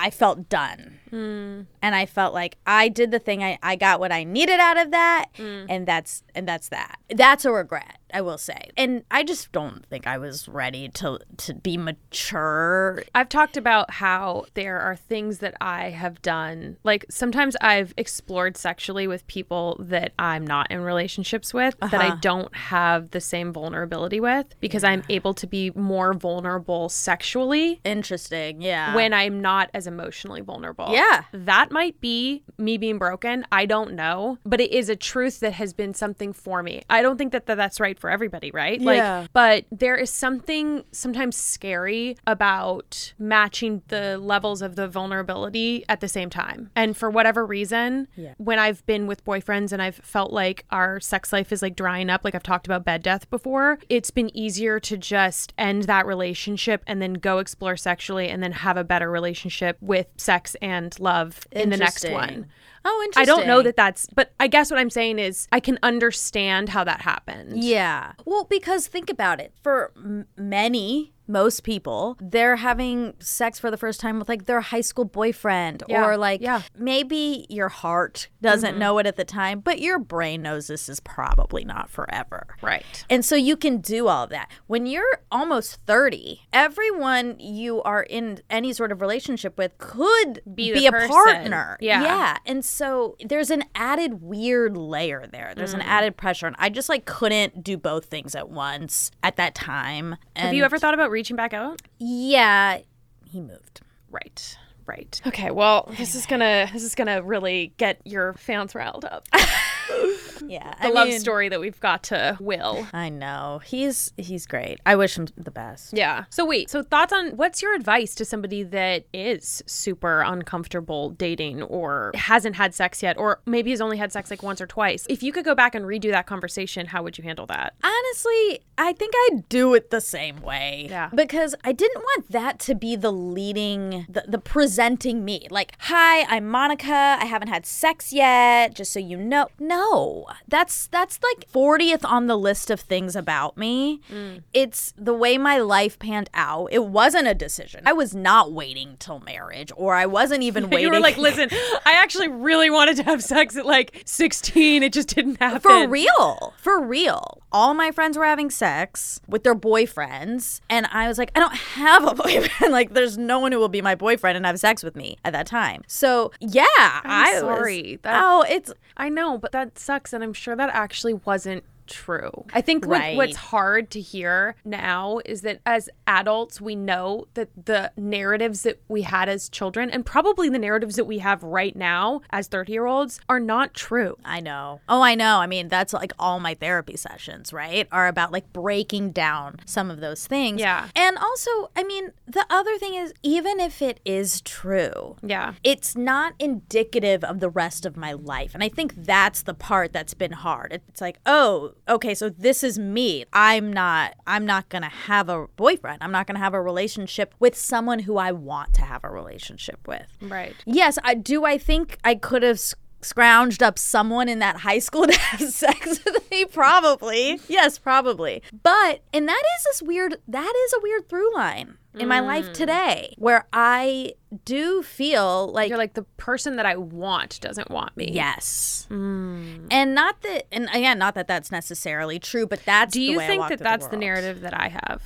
I felt done. And I felt like I did the thing I, I got what I needed out of that and that's and that's that. That's a regret, I will say. And I just don't think I was ready to to be mature
I've talked about how there are things that I have done. Like sometimes I've explored sexually with people that I'm not in relationships with that
Uh-huh.
I don't have the same vulnerability with because I'm able to be more vulnerable sexually
Interesting. Yeah.
when I'm not as emotionally vulnerable.
Yeah.
That that might be me being broken. I don't know, but it is a truth that has been something for me. I don't think that, that that's right for everybody, right?
Yeah.
Like, but there is something sometimes scary about matching the levels of the vulnerability at the same time. And for whatever reason,
Yeah.
when I've been with boyfriends and I've felt like our sex life is like drying up, like I've talked about bed death before, it's been easier to just end that relationship and then go explore sexually and then have a better relationship with sex and love in the next
Interesting.
one.
Oh,
I
interesting.
don't know that that's, but I guess what I'm saying is I can understand how that happened.
Yeah. Well, because think about it. For m- many, most people, they're having sex for the first time with like their high school boyfriend
Yeah,
or like
yeah. Mm-hmm.
maybe your heart doesn't know it at the time, but your brain knows this is probably not forever.
Right.
And so you can do all of that. When you're almost 30, everyone you are in any sort of relationship with could be,
Be the
a
person.
partner.
Yeah.
Yeah. And so there's an added weird layer there. There's
Mm.
an added pressure. And I just like couldn't do both things at once at that time. And
Have you ever thought about reaching back out?
Yeah. He moved.
Right. Right. Okay. Well, this is gonna this is gonna really get your fans riled up. the
Yeah.
love story that we've got to will.
I know. He's he's great. I wish him the best.
Yeah. So wait. So thoughts on what's your advice to somebody that is super uncomfortable dating or hasn't had sex yet, or maybe has only had sex like once or twice? If you could go back and redo that conversation, how would you handle that?
Honestly, I think I'd do it the same way.
Yeah.
Because I didn't want that to be the leading, the, the presenting me. Like, hi, I'm Monica. I haven't had sex yet, just so you know. No, that's that's like 40th on the list of things about me.
Mm.
It's the way my life panned out. It wasn't a decision. I was not waiting till marriage, or I wasn't even waiting.
You were like, listen, I actually really wanted to have sex at like 16. It just didn't happen.
For real. For real. All my friends were having sex with their boyfriends. And I was like, I don't have a boyfriend. like, there's no one who will be my boyfriend and have sex with me at that time. So, yeah.
I'm
I was-
sorry. That-
oh, it's.
I know, but that sucks. And I'm sure that actually wasn't true. I think what,
Right.
what's hard to hear now is that as adults, we know that the narratives that we had as children and probably the narratives that we have right now as 30 year olds are not true.
I know. Oh, I know. I mean, that's like all my therapy sessions, right? Are about like breaking down some of those things.
Yeah.
And also, I mean, the other thing is, even if it is true,
Yeah.
it's not indicative of the rest of my life. And I think that's the part that's been hard. It's like, oh, okay, so this is me. I'm not I'm not going to have a boyfriend. I'm not going to have a relationship with someone who I want to have a relationship with.
Right.
Yes, I do I think I could have s- scrounged up someone in that high school to have sex with me probably. Yes, probably. But and that is this weird that is a weird through line. In my
Mm.
life today, where I do feel like
You're like, the person that I want doesn't want me.
Yes.
Mm.
And not that, and again, not that that's necessarily true, but that's
Do
the
you
way I
think
walk
that
through
that's the,
world.
narrative that I have?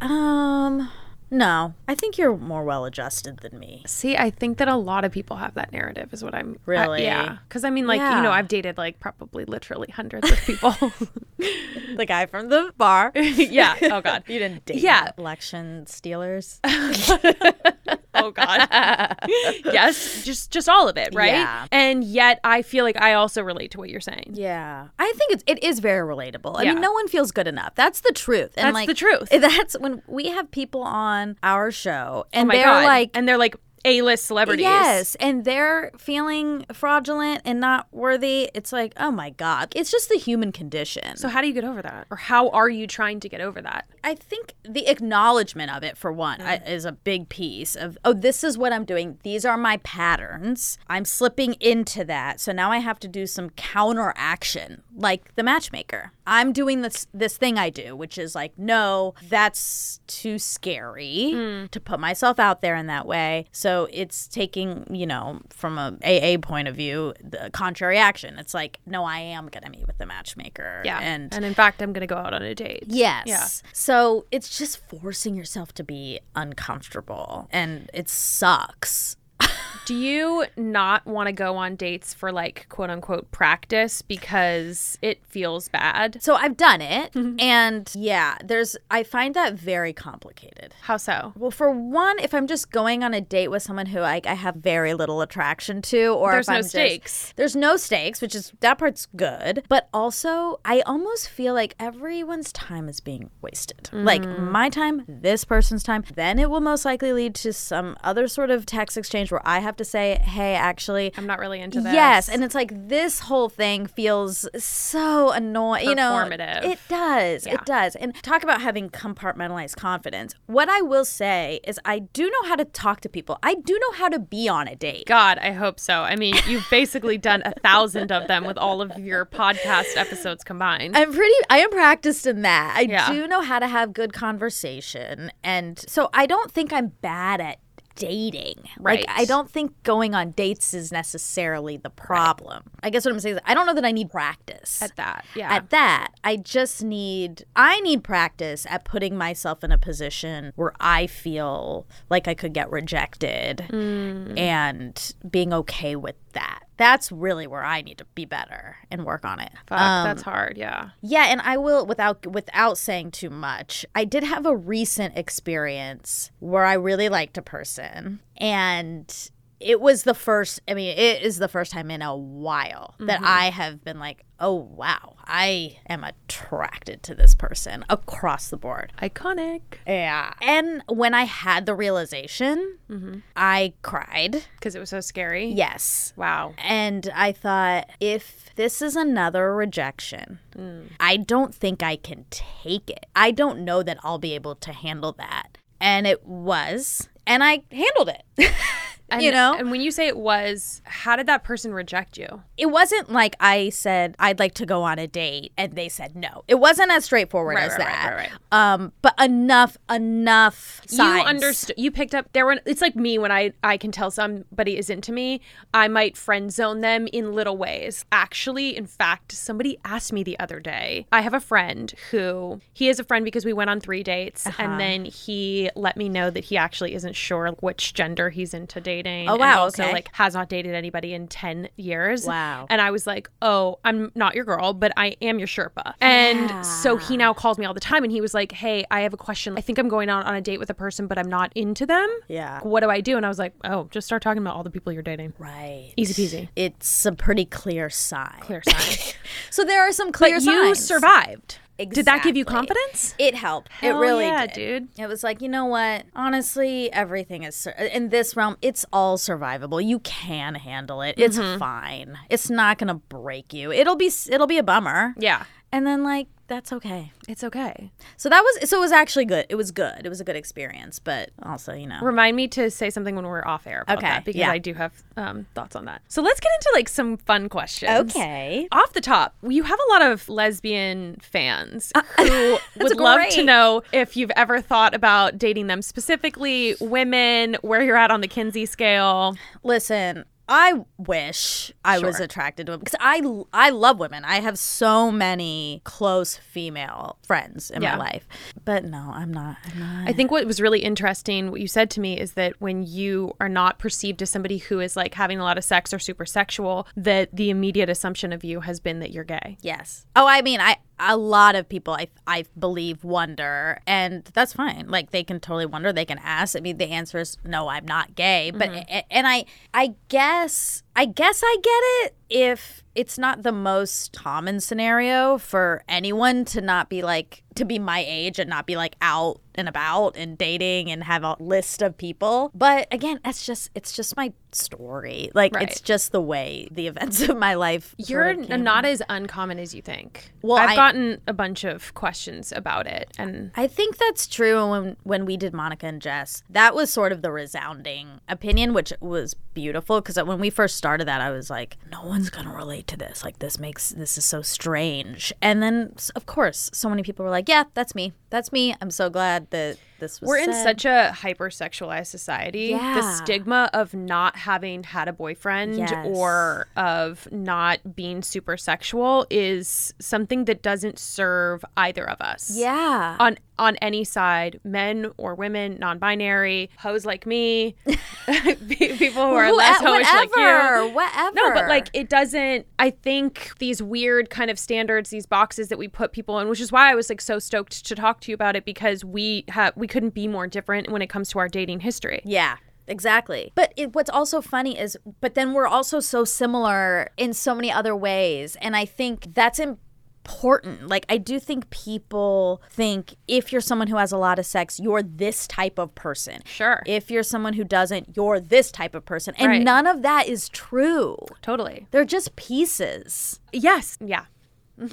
Um, no, I think you're more well adjusted than me.
See, I think that a lot of people have that narrative, is what I'm I-
Really?
yeah. Because I mean, like, you
Yeah.
know, I've dated like probably literally hundreds of people.
The guy from the bar.
yeah. Oh, God.
You didn't date
Yeah.
election stealers.
oh god yes just just all of it right
Yeah.
and yet i feel like i also relate to what you're saying Oh,
Yeah, I think it's it is very relatable. I
Yeah.
mean, no one feels good enough. That's the truth. And
That's
like
the truth.
That's when we have people on our show, and
Oh my
they're
God.
like,
and they're like a-list celebrities
Yes, and they're feeling fraudulent and not worthy. It's like, oh my god, it's just the human condition.
so how do you get over that or how are you trying to get over that
I think the acknowledgement of it, for one, I, is a big piece of, oh, this is what I'm doing. These are my patterns. I'm slipping into that. So now I have to do some counteraction, like the matchmaker. I'm doing this this thing I do, which is like, no, that's too scary to put myself out there in that way. So it's taking, you know, from a AA point of view, the contrary action. It's like, no, I am gonna meet with the matchmaker.
yeah
And
in fact i'm gonna go out on a date
Yes. So it's just forcing yourself to be uncomfortable and it sucks.
Do you not want to go on dates for like quote unquote practice because it feels bad?
So I've done it. and yeah, there's, I find that very complicated.
How so?
Well, for one, if I'm just going on a date with someone who like I have very little attraction to, or
There's
if
no
I'm just-
stakes.
there's no stakes, which is that part's good. But also, I almost feel like everyone's time is being wasted. Like
Mm-hmm.
my time, this person's time. Then it will most likely lead to some other sort of text exchange where I have to say, "Hey, actually,
I'm not really into this.
Yes, and it's like this whole thing feels so annoying. You know,
Performative.
it does. It does. And talk about having compartmentalized confidence. What I will say is, I do know how to talk to people. I do know how to be on a date.
God, I hope so. I mean, you've basically done a thousand of them with all of your podcast episodes combined.
I'm pretty. I am practiced in that. I
Yeah.
do know how to have good conversation, and so I don't think I'm bad at dating.
Right.
Like I don't think going on dates is necessarily the problem. I guess what I'm saying is I don't know that I need practice
at that. Yeah.
at that. I just need I need practice at putting myself in a position where I feel like I could get rejected
Mm.
and being okay with that. That's really where I need to be better and work on it.
Fuck, that's hard. Yeah.
Yeah, and I will without without saying too much. I did have a recent experience where I really liked a person and it was the first I mean, it is the first time in a while that I have been like, "Oh wow, I am attracted to this person across the board."
Iconic.
Yeah. And when I had the realization, I cried.
Because it was so scary.
Yes.
Wow.
And I thought, if this is another rejection, I don't think I can take it. I don't know that I'll be able to handle that. And it was. And I handled it.
And,
you know?
And when you say it was, how did that person reject you?
it wasn't like I said, I'd like to go on a date and they said no. It wasn't as straightforward
Right,
as
right, right,
that.
right,
Um, but enough, enough signs.
You understood. You picked up. There were. It's like me when I I can tell somebody is into me. I might friend zone them in little ways. Actually, in fact, somebody asked me the other day. I have a friend who he is a friend because we went on three dates
Uh-huh.
and then he let me know that he actually isn't sure which gender he's into dating.
Oh,
and
wow,
also
okay.
like has not dated anybody in ten years.
Wow.
And I was like, oh, I'm not your girl, but I am your Sherpa. And so he now calls me all the time and he was like, hey, I have a question. I think I'm going out on a date with a person, but I'm not into them.
Yeah.
What do I do? And I was like, oh, just start talking about all the people you're dating.
Right.
Easy peasy.
It's a pretty clear sign.
Clear sign.
So there are some clear
but
signs.
you survived. Did that give you
Exactly.
confidence?
It helped.
Hell
it really
yeah,
did.
dude.
It was like, you know what? Honestly, everything is sur- in this realm, it's all survivable. You can handle it. It's
Mm-hmm.
fine. It's not going to break you. It'll be s- it'll be a bummer.
Yeah.
And then like that's okay.
It's okay.
So that was so it was actually good. It was good. It was a good experience, but also, you know.
Remind me to say something when we're off air about
Okay,
that because
yeah.
I do have um, thoughts on that. So let's get into like some fun questions.
Okay.
off the top, you have a lot of lesbian fans who would love to
Uh, great.
know if you've ever thought about dating them specifically, women, where you're at on the Kinsey
Oh,
scale.
Listen, I wish I was attracted to him because I I love women. I have so many close female friends in
Yeah.
my life, but no, I'm not. I'm not.
I think what was really interesting, what you said to me, is that when you are not perceived as somebody who is like having a lot of sex or super sexual, that the immediate assumption of you has been that you're gay.
Yes. Oh, I mean, I a lot of people I I believe wonder, and that's fine. Like they can totally wonder. They can ask. I mean, the answer is no, I'm not gay. But
Mm-hmm.
a- and I I guess I guess I get it if it's not the most common scenario for anyone to not be like to be my age and not be like out and about and dating and have a list of people. But again, that's just it's just my story. Like it's
Right.
just the way the events of my life. sort
You're
of came
n- not as uncommon as you think.
Well,
I've
I-
gotten a bunch of questions about it, and
I think that's true. And when when we did Monica and Jess, that was sort of the resounding opinion, which was beautiful because when we first started that, I was like, no one's gonna relate to this. Like this makes this is so strange. And then s- of course, so many people were like, yeah, that's me. That's me. I'm so glad that this was
We're in
said.
such a hypersexualized society. The
Yeah.
stigma of not having had a boyfriend
Yes.
or of not being super sexual is something that doesn't serve either of us.
yeah.
On on any side, men or women, non-binary, hoes like me, pe- people who are
Who- e-,
less hoish like you.
whatever, whatever.
No, but like it doesn't. I think these weird kind of standards, these boxes that we put people in, which is why I was like so stoked to talk to you about it because we have we couldn't be more different when it comes to our dating history.
Yeah, exactly. But it, what's also funny is, but then we're also so similar in so many other ways. And I think that's important. Like, I do think people think if you're someone who has a lot of sex, you're this type of person.
Sure.
If you're someone who doesn't, you're this type of person. And
Right.
none of that is true.
Totally.
They're just pieces.
Yes. Yeah.
It's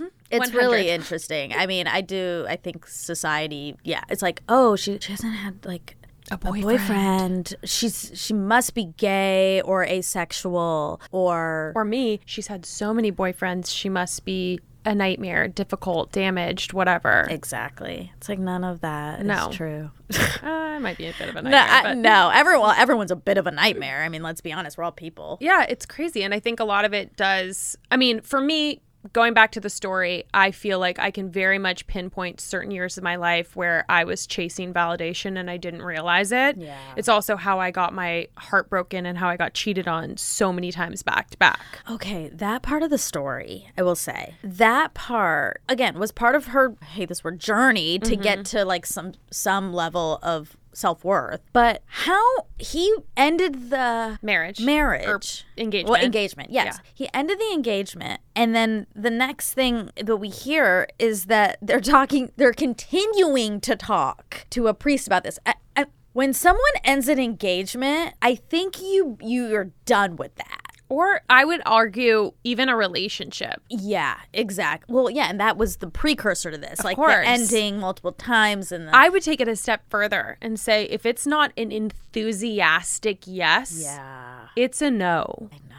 100.
really interesting. I mean, I do, I think society, yeah, it's like, oh, she, she hasn't had like
A boyfriend.
boyfriend. She's she must be gay or asexual or,
Or me. She's had so many boyfriends. She must be a nightmare, difficult, damaged, whatever.
exactly. It's like none of that is
No.
true.
Uh, I might be a bit of a
no,
nightmare.
I,
but-
no, everyone everyone's a bit of a nightmare. I mean, let's be honest, we're all people.
Yeah, it's crazy. And I think a lot of it does. I mean, for me, going back to the story, I feel like I can very much pinpoint certain years of my life where I was chasing validation and I didn't realize it. Yeah. It's also how I got my heart broken and how I got cheated on so many times back to back.
Okay, that part of the story, I will say, that part again was part of her. I hate this word journey
Mm-hmm.
to get to like some some level of self worth. But how he ended the
Marriage.
marriage,
Or engagement.
Well, engagement. Yes, he ended the engagement, and then the next thing that we hear is that they're talking. They're continuing to talk to a priest about this. I, I, when someone ends an engagement, I think you you are done with that.
Or I would argue even a relationship.
Yeah, exactly. Well, yeah, and that was the precursor to this, like
course.
the ending multiple times and the
I would take it a step further and say if it's not an enthusiastic yes,
yeah.
it's a no.
I know,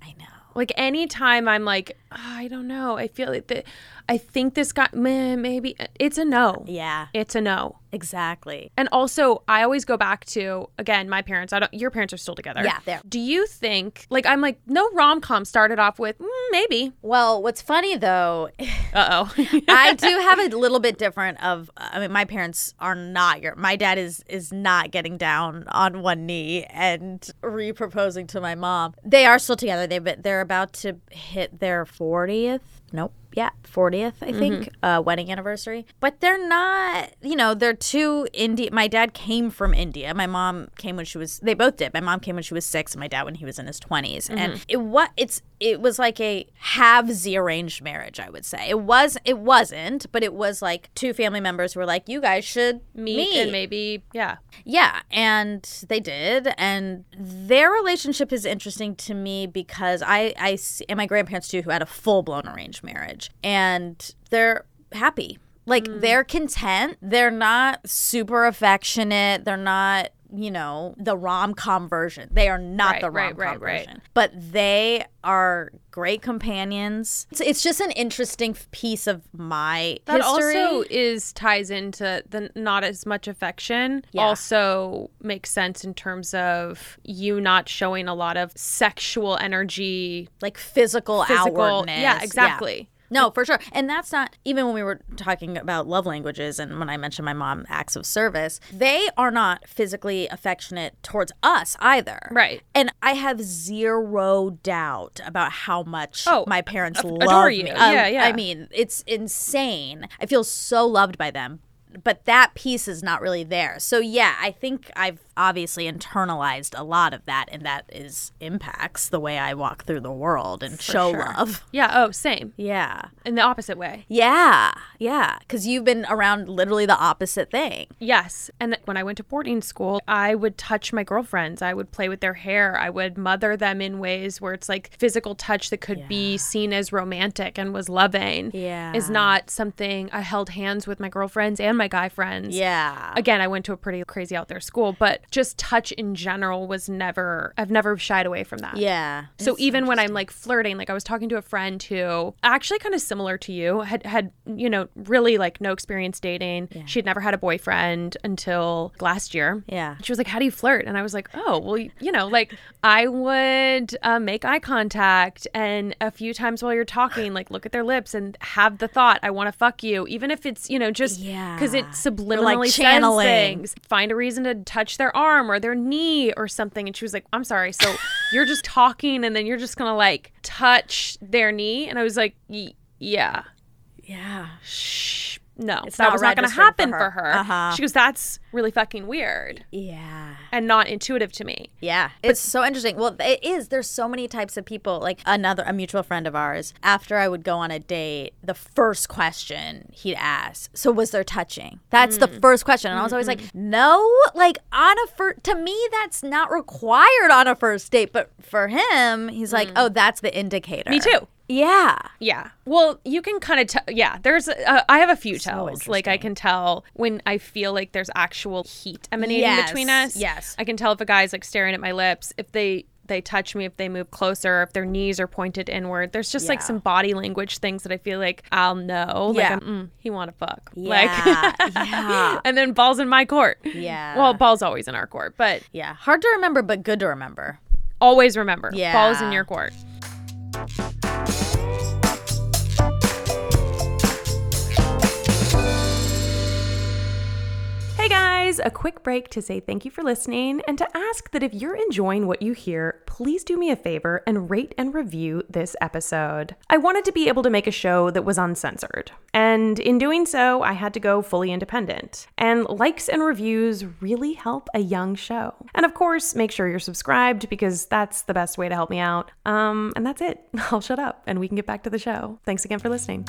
I know.
Like anytime I'm like, "Ah, I don't know. I feel like that. I think this guy, meh, maybe it's a no.
Yeah,
It's a no.
exactly.
And also, I always go back to again, my parents. I don't. Your parents are still together.
Yeah, they're-
Do you think like I'm like no rom com started off with mm, maybe.
Well, what's funny though
Uh oh.
I do have a little bit different of I mean my parents are not your my dad is is not getting down on one knee and reproposing to my mom. They are still together. They've been, they're about to hit their 40th. Nope. Yeah, 40th, I think, uh, wedding anniversary. But they're not, you know, they're two India. My dad came from India. My mom came when she was, they both did. My mom came when she was six and my dad when he was in his 20s. And it what it's, it was like a halvesy arranged marriage, I would say. It was it wasn't, but it was like two family members were like, You guys should meet.
Meet and maybe yeah.
Yeah, and they did, and their relationship is interesting to me because I, I see, and my grandparents too, who had a full blown arranged marriage, and they're happy. Like
Mm.
they're content. They're not super affectionate. They're not, you know, the rom com version. They are not
Right,
the rom
right,
com
right, right.
version but they are great companions. So it's just an interesting f- piece of my
That
history.
also is ties into the not as much affection.
Yeah.
Also makes sense in terms of you not showing a lot of sexual energy
like physical,
physical.
outwardness.
Yeah, exactly.
No, for sure. And that's not even when we were talking about love languages and when I mentioned my mom acts of service, they are not physically affectionate towards us either.
Right.
And I have zero doubt about how much
Oh,
my parents
a-
love
adore you.
me. Um,
Yeah, yeah.
I mean, it's insane. I feel so loved by them. But that piece is not really there. So yeah, I think I've obviously internalized a lot of that and that is impacts the way I walk through the world and show love.
Yeah. Oh, same.
Yeah.
In the opposite way.
Yeah, yeah, because you've been around literally the opposite thing.
Yes. And when I went to boarding school, I would touch my girlfriends. I would play with their hair. I would mother them in ways where it's like physical touch that could be seen as romantic and was loving.
Yeah.
Is not something I held hands with my girlfriends and my guy friends.
Yeah.
Again, I went to a pretty crazy out there school, but just touch in general was never, I've never shied away from that.
Yeah.
So even when I'm like flirting, like I was talking to a friend who actually kind of similar to you had had you know really like no experience dating. She had never had a boyfriend until last year.
Yeah.
She was like, "How do you flirt?" And I was like, "Oh, well, you know, like I would uh, make eye contact and a few times while you're talking, like look at their lips and have the thought, I want to fuck you, even if it's you know just because it
Yeah.
subliminally
like,
says
channeling.
things. Find a reason to touch their arm or their knee or something." And she was like, "I'm sorry, so you're just talking and then you're just gonna like touch their knee?" And I was like, y- "Yeah."
Yeah.
Shh. No,
It's
that
not
was not going to
registering for
happen for her.
her. Uh-huh.
She goes, "That's really fucking weird."
Yeah.
and not intuitive to me.
Yeah. It's so interesting. Well, it is. There's so many types of people. Like another a mutual friend of ours, after I would go on a date, the first question he'd ask, so was there touching? That's the
Hmm.
first question. And I was always like,
Mm-hmm.
"No, like on a first to me that's not required on a first date, but for him, he's like, "Oh, that's the indicator."
Hmm. Me too.
Yeah.
Yeah. Well, you can kind of tell. Yeah. There's, uh, I have a few tells. Like, I can tell when I feel like there's actual heat emanating
Yes,
between us.
yes.
I can tell if a guy's like staring at my lips, if they, they touch me, if they move closer, if their knees are pointed inward. There's just like
Yeah.
some body language things that I feel like I'll know. Like,
Yeah.
I'm, mm, he want to fuck.
Yeah.
Like,
Yeah.
and then ball's in my court.
Yeah.
Well, ball's always in our court, but
Yeah. Hard to remember but good to remember.
always remember
Yeah.
ball's in your court.
Hey guys, a quick break to say thank you for listening and to ask that if you're enjoying what you hear, please do me a favor and rate and review this episode. I wanted to be able to make a show that was uncensored, and in doing so, I had to go fully independent. And likes and reviews really help a young show. And of course, make sure you're subscribed because that's the best way to help me out. Um, and that's it. I'll shut up and we can get back to the show. Thanks again for listening.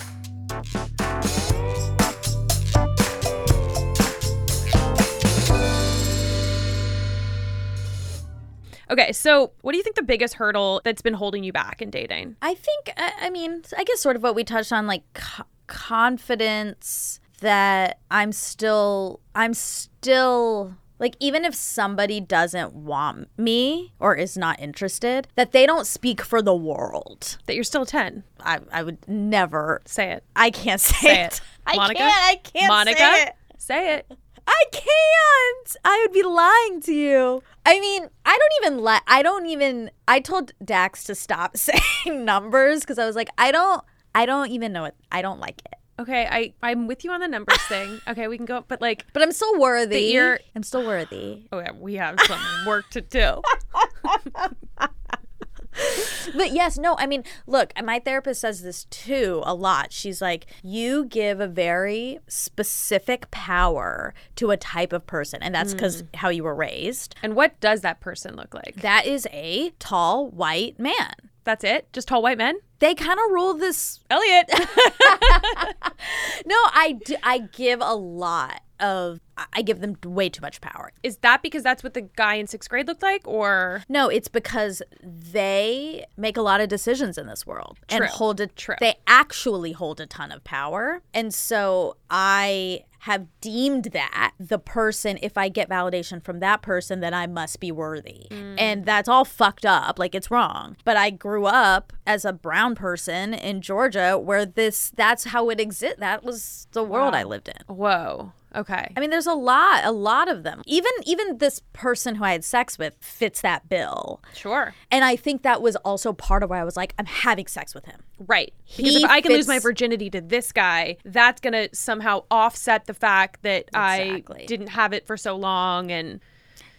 Okay. So, what do you think the biggest hurdle that's been holding you back in dating?
I think, I, I mean, I guess sort of what we touched on, like co- confidence that I'm still, I'm still, like, even if somebody doesn't want me or is not interested, that they don't speak for the world.
That you're still 10.
I, I would never,
Say it.
I can't say,
Say
it.
it.
I
Monica?
can't, I can't
Monica,
say it.
say it.
I can't. I would be lying to you. I mean, I don't even let. I don't even. I told Dax to stop saying numbers because I was like, I don't. I don't even know it. I don't like it.
Okay, I I'm with you on the numbers thing. Okay, we can go, but like,
But I'm still worthy.
But you're-
I'm still worthy.
oh yeah, we have some work to do.
But yes, no. I mean, look. My therapist says this too a lot. She's like, you give a very specific power to a type of person, and that's because how you were raised.
And what does that person look like?
That is a tall white man.
That's it? Just tall white men?
They kind of rule this
Elliot.
No, I do, I give a lot of I- I give them way too much power.
Is that because that's what the guy in 6th grade looked like or
No, it's because they make a lot of decisions in this world and
True.
hold a
True.
they actually hold a ton of power. And so I have deemed that the person if I get validation from that person then I must be worthy.
Mm.
And that's all fucked up, like it's wrong. But I grew up as a brown person in Georgia where this that's how it exists. That was the world I lived in.
whoa. Okay.
I mean, there's a lot, a lot of them. Even even this person who I had sex with fits that bill.
Sure.
And I think that was also part of why I was like, I'm having sex with him.
Right. Because
He
if I can lose my
fits-
virginity to this guy, that's going to somehow offset the fact that I
Exactly.
didn't have it for so long and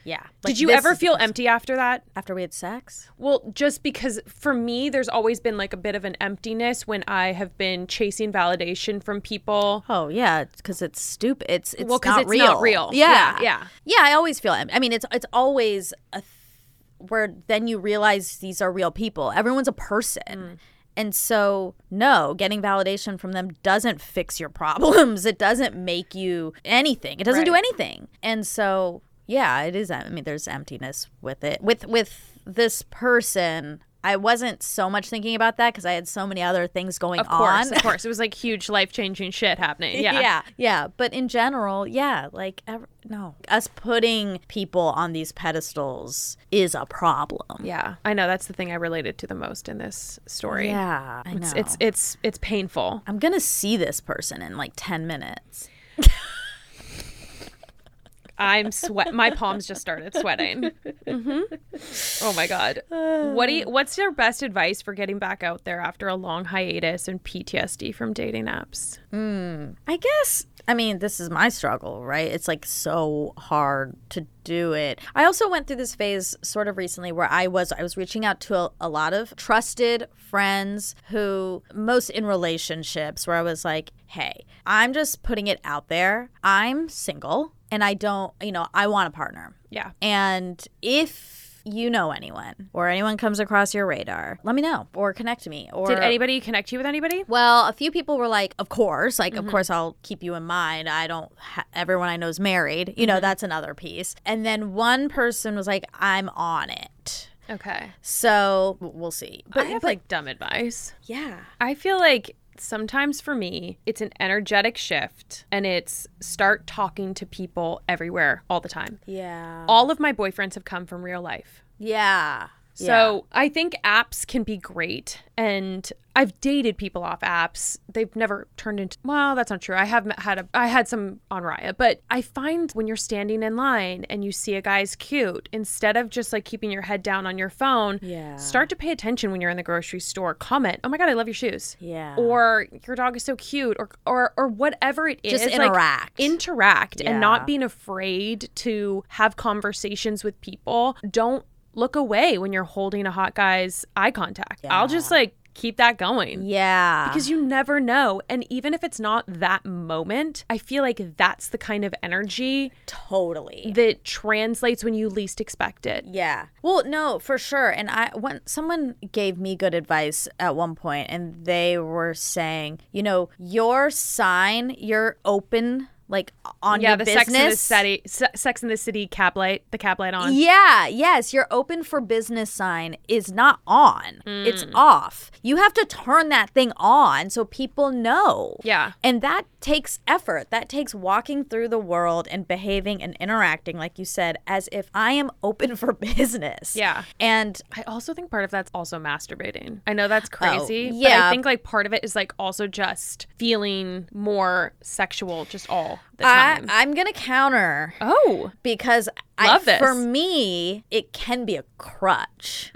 Yeah.
Did you ever feel empty after that?
after we had sex?
Well, just because for me, there's always been like a bit of an emptiness when I have been chasing validation from people.
Oh yeah, because it's stupid. It's it's
Well, 'cause
not
it's
real.
not real.
Yeah.
Yeah, yeah.
Yeah. I always feel. em- I mean, it's it's always a th- where then you realize these are real people. Everyone's a person.
Mm.
And so, no, getting validation from them doesn't fix your problems. It doesn't make you anything. It doesn't do
Right.
anything. And so, yeah, it is. I mean, there's emptiness with it. With with this person, I wasn't so much thinking about that because I had so many other things going
Of course,
on.
of course. It was like huge life changing shit happening. Yeah.
yeah, yeah. But in general, yeah, like ev- no, us putting people on these pedestals is a problem.
Yeah. I know that's the thing I related to the most in this story.
Yeah, I know.
It's it's it's, it's painful.
I'm gonna see this person in like ten minutes.
I'm sweat. My palms just started sweating. hmm Oh my god. What do you, What's your best advice for getting back out there after a long hiatus and PTSD from dating apps?
I guess. I mean, this is my struggle, right? It's like so hard to do it. I also went through this phase sort of recently where I was I was reaching out to a, a lot of trusted friends who most in relationships where I was like, "Hey, I'm just putting it out there. I'm single and I don't, you know, I want a partner."
Yeah.
And if you know anyone or anyone comes across your radar, let me know or connect me or
Did anybody connect you with anybody?
well, a few people were like, "Of course, like,
Mm-hmm.
of course, I'll keep you in mind. I don't. Ha- everyone I know is married. You know,
Mm-hmm.
that's another piece." And then one person was like, "I'm on it."
Okay.
So w- we'll see. But
I have like dumb advice.
yeah,
I feel like sometimes for me, it's an energetic shift and it's start talking to people everywhere all the time.
yeah,
All of my boyfriends have come from real life.
yeah.
So I think apps can be great. And I've dated people off apps. They've never turned into, well, that's not true. I have had a, I had some on Raya, but I find when you're standing in line and you see a guy's cute, instead of just like keeping your head down on your phone,
Yeah.
start to pay attention when you're in the grocery store. Comment, oh my God, I love your shoes.
Yeah.
Or your dog is so cute or, or, or whatever it is.
Just
like,
interact.
interact
Yeah.
and not being afraid to have conversations with people. Don't look away when you're holding a hot guy's eye contact. I'll just like keep that going.
yeah,
Because you never know. And even if it's not that moment, I feel like that's the kind of energy
totally.
that translates when you least expect it.
Yeah. Well, no, for sure. And I when someone gave me good advice at one point and they were saying, you know, your sign, you're open like on
Yeah,
your
the
business.
Sex in the City, Se- Sex in the City cab light, the cab light on.
Yeah, yes, your open for business sign is not on. It's
Mm.
off. You have to turn that thing on so people know.
Yeah.
And that takes effort. That takes walking through the world and behaving and interacting like you said as if I am open for business.
Yeah.
And
I also think part of that's also masturbating. I know that's crazy. But
Oh, yeah.
I think like part of it is like also just feeling more sexual just all the
I,
time.
I'm gonna counter
oh.
because
Love
I,
this.
for me it can be a crutch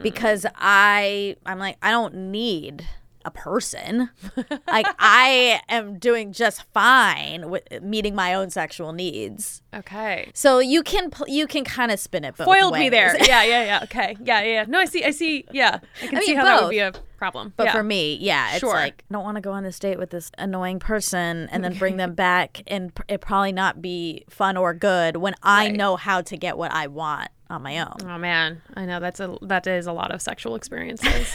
because I I'm like I don't need a person like I am doing just fine with meeting my own sexual needs.
Okay.
So you can pl- you can kind of spin it both
Foiled me
ways.
there. Yeah, yeah, yeah. Okay. Yeah, yeah. yeah. No, I see. I see. Yeah. I can
I
see
mean,
how that
both.
would be a problem.
But
yeah.
for me, yeah, it's
Sure.
like I don't want to go on this date with this annoying person and then bring them back and pr- it probably not be fun or good when I know how to get what I want on my own.
Oh man, I know that's a that is a lot of sexual experiences.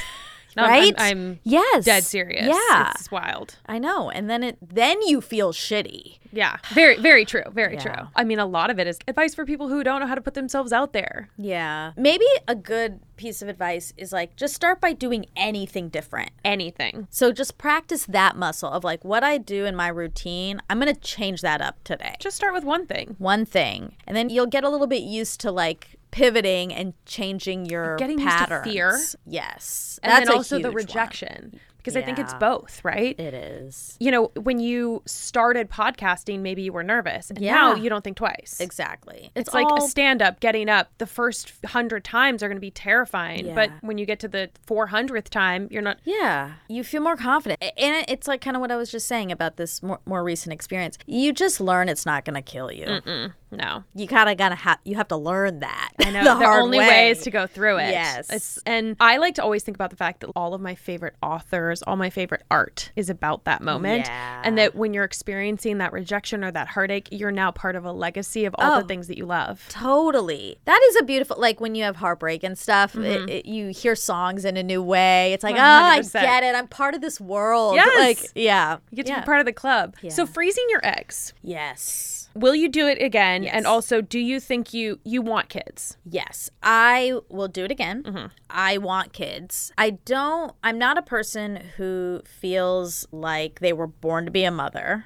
No, I'm-
right?
I'm, I'm
yes.
dead serious.
Yeah.
It's wild.
I know. And then it then you feel shitty.
Yeah. Very very true. Very
Yeah.
true. I mean a lot of it is advice for people who don't know how to put themselves out there.
Yeah. Maybe a good piece of advice is like just start by doing anything different.
Anything.
So just practice that muscle of like what I do in my routine, I'm going to change that up today.
Just start with one thing.
One thing. And then you'll get a little bit used to like pivoting and changing your
Getting used to
patterns.
fear.
Yes.
and
That's
then
a
also
huge
the
one.
rejection because I think it's
Yeah.
both, right?
It is.
you know, when you started podcasting, maybe you were nervous, and now
Yeah.
you don't think twice.
Exactly.
It's like a
all-
stand up, getting up. The first hundred times are going to be terrifying, but
Yeah.
when you get to the four hundredth time, you're not.
Yeah, you feel more confident. A- And it- it's like kind of what I was just saying about this more, more recent experience. You just learn it's not going to kill you.
No,
You kind of got to have you have to learn that. I
no. the only way. is to go through it.
Yes.
It's, and I like to always think about the fact that all of my favorite authors, all my favorite art, is about that moment,
Yeah.
and that when you're experiencing that rejection or that heartache, you're now part of a legacy of
Oh.
all the things that you love.
Totally. That is a beautiful like when you have heartbreak and stuff, it,
Mm-hmm.
it, you hear songs in a new way. It's like, oh, I
100%.
get it. I'm part of this world.
Yes.
Like, yeah.
You get to
yeah.
be part of the club. So
Yeah.
freezing your eggs.
yes.
Will you do it again?
Yes.
And also, do you think you you want kids?
Yes, I will do it again. I want kids. I don't, I'm not a person who feels like they were born to be a mother.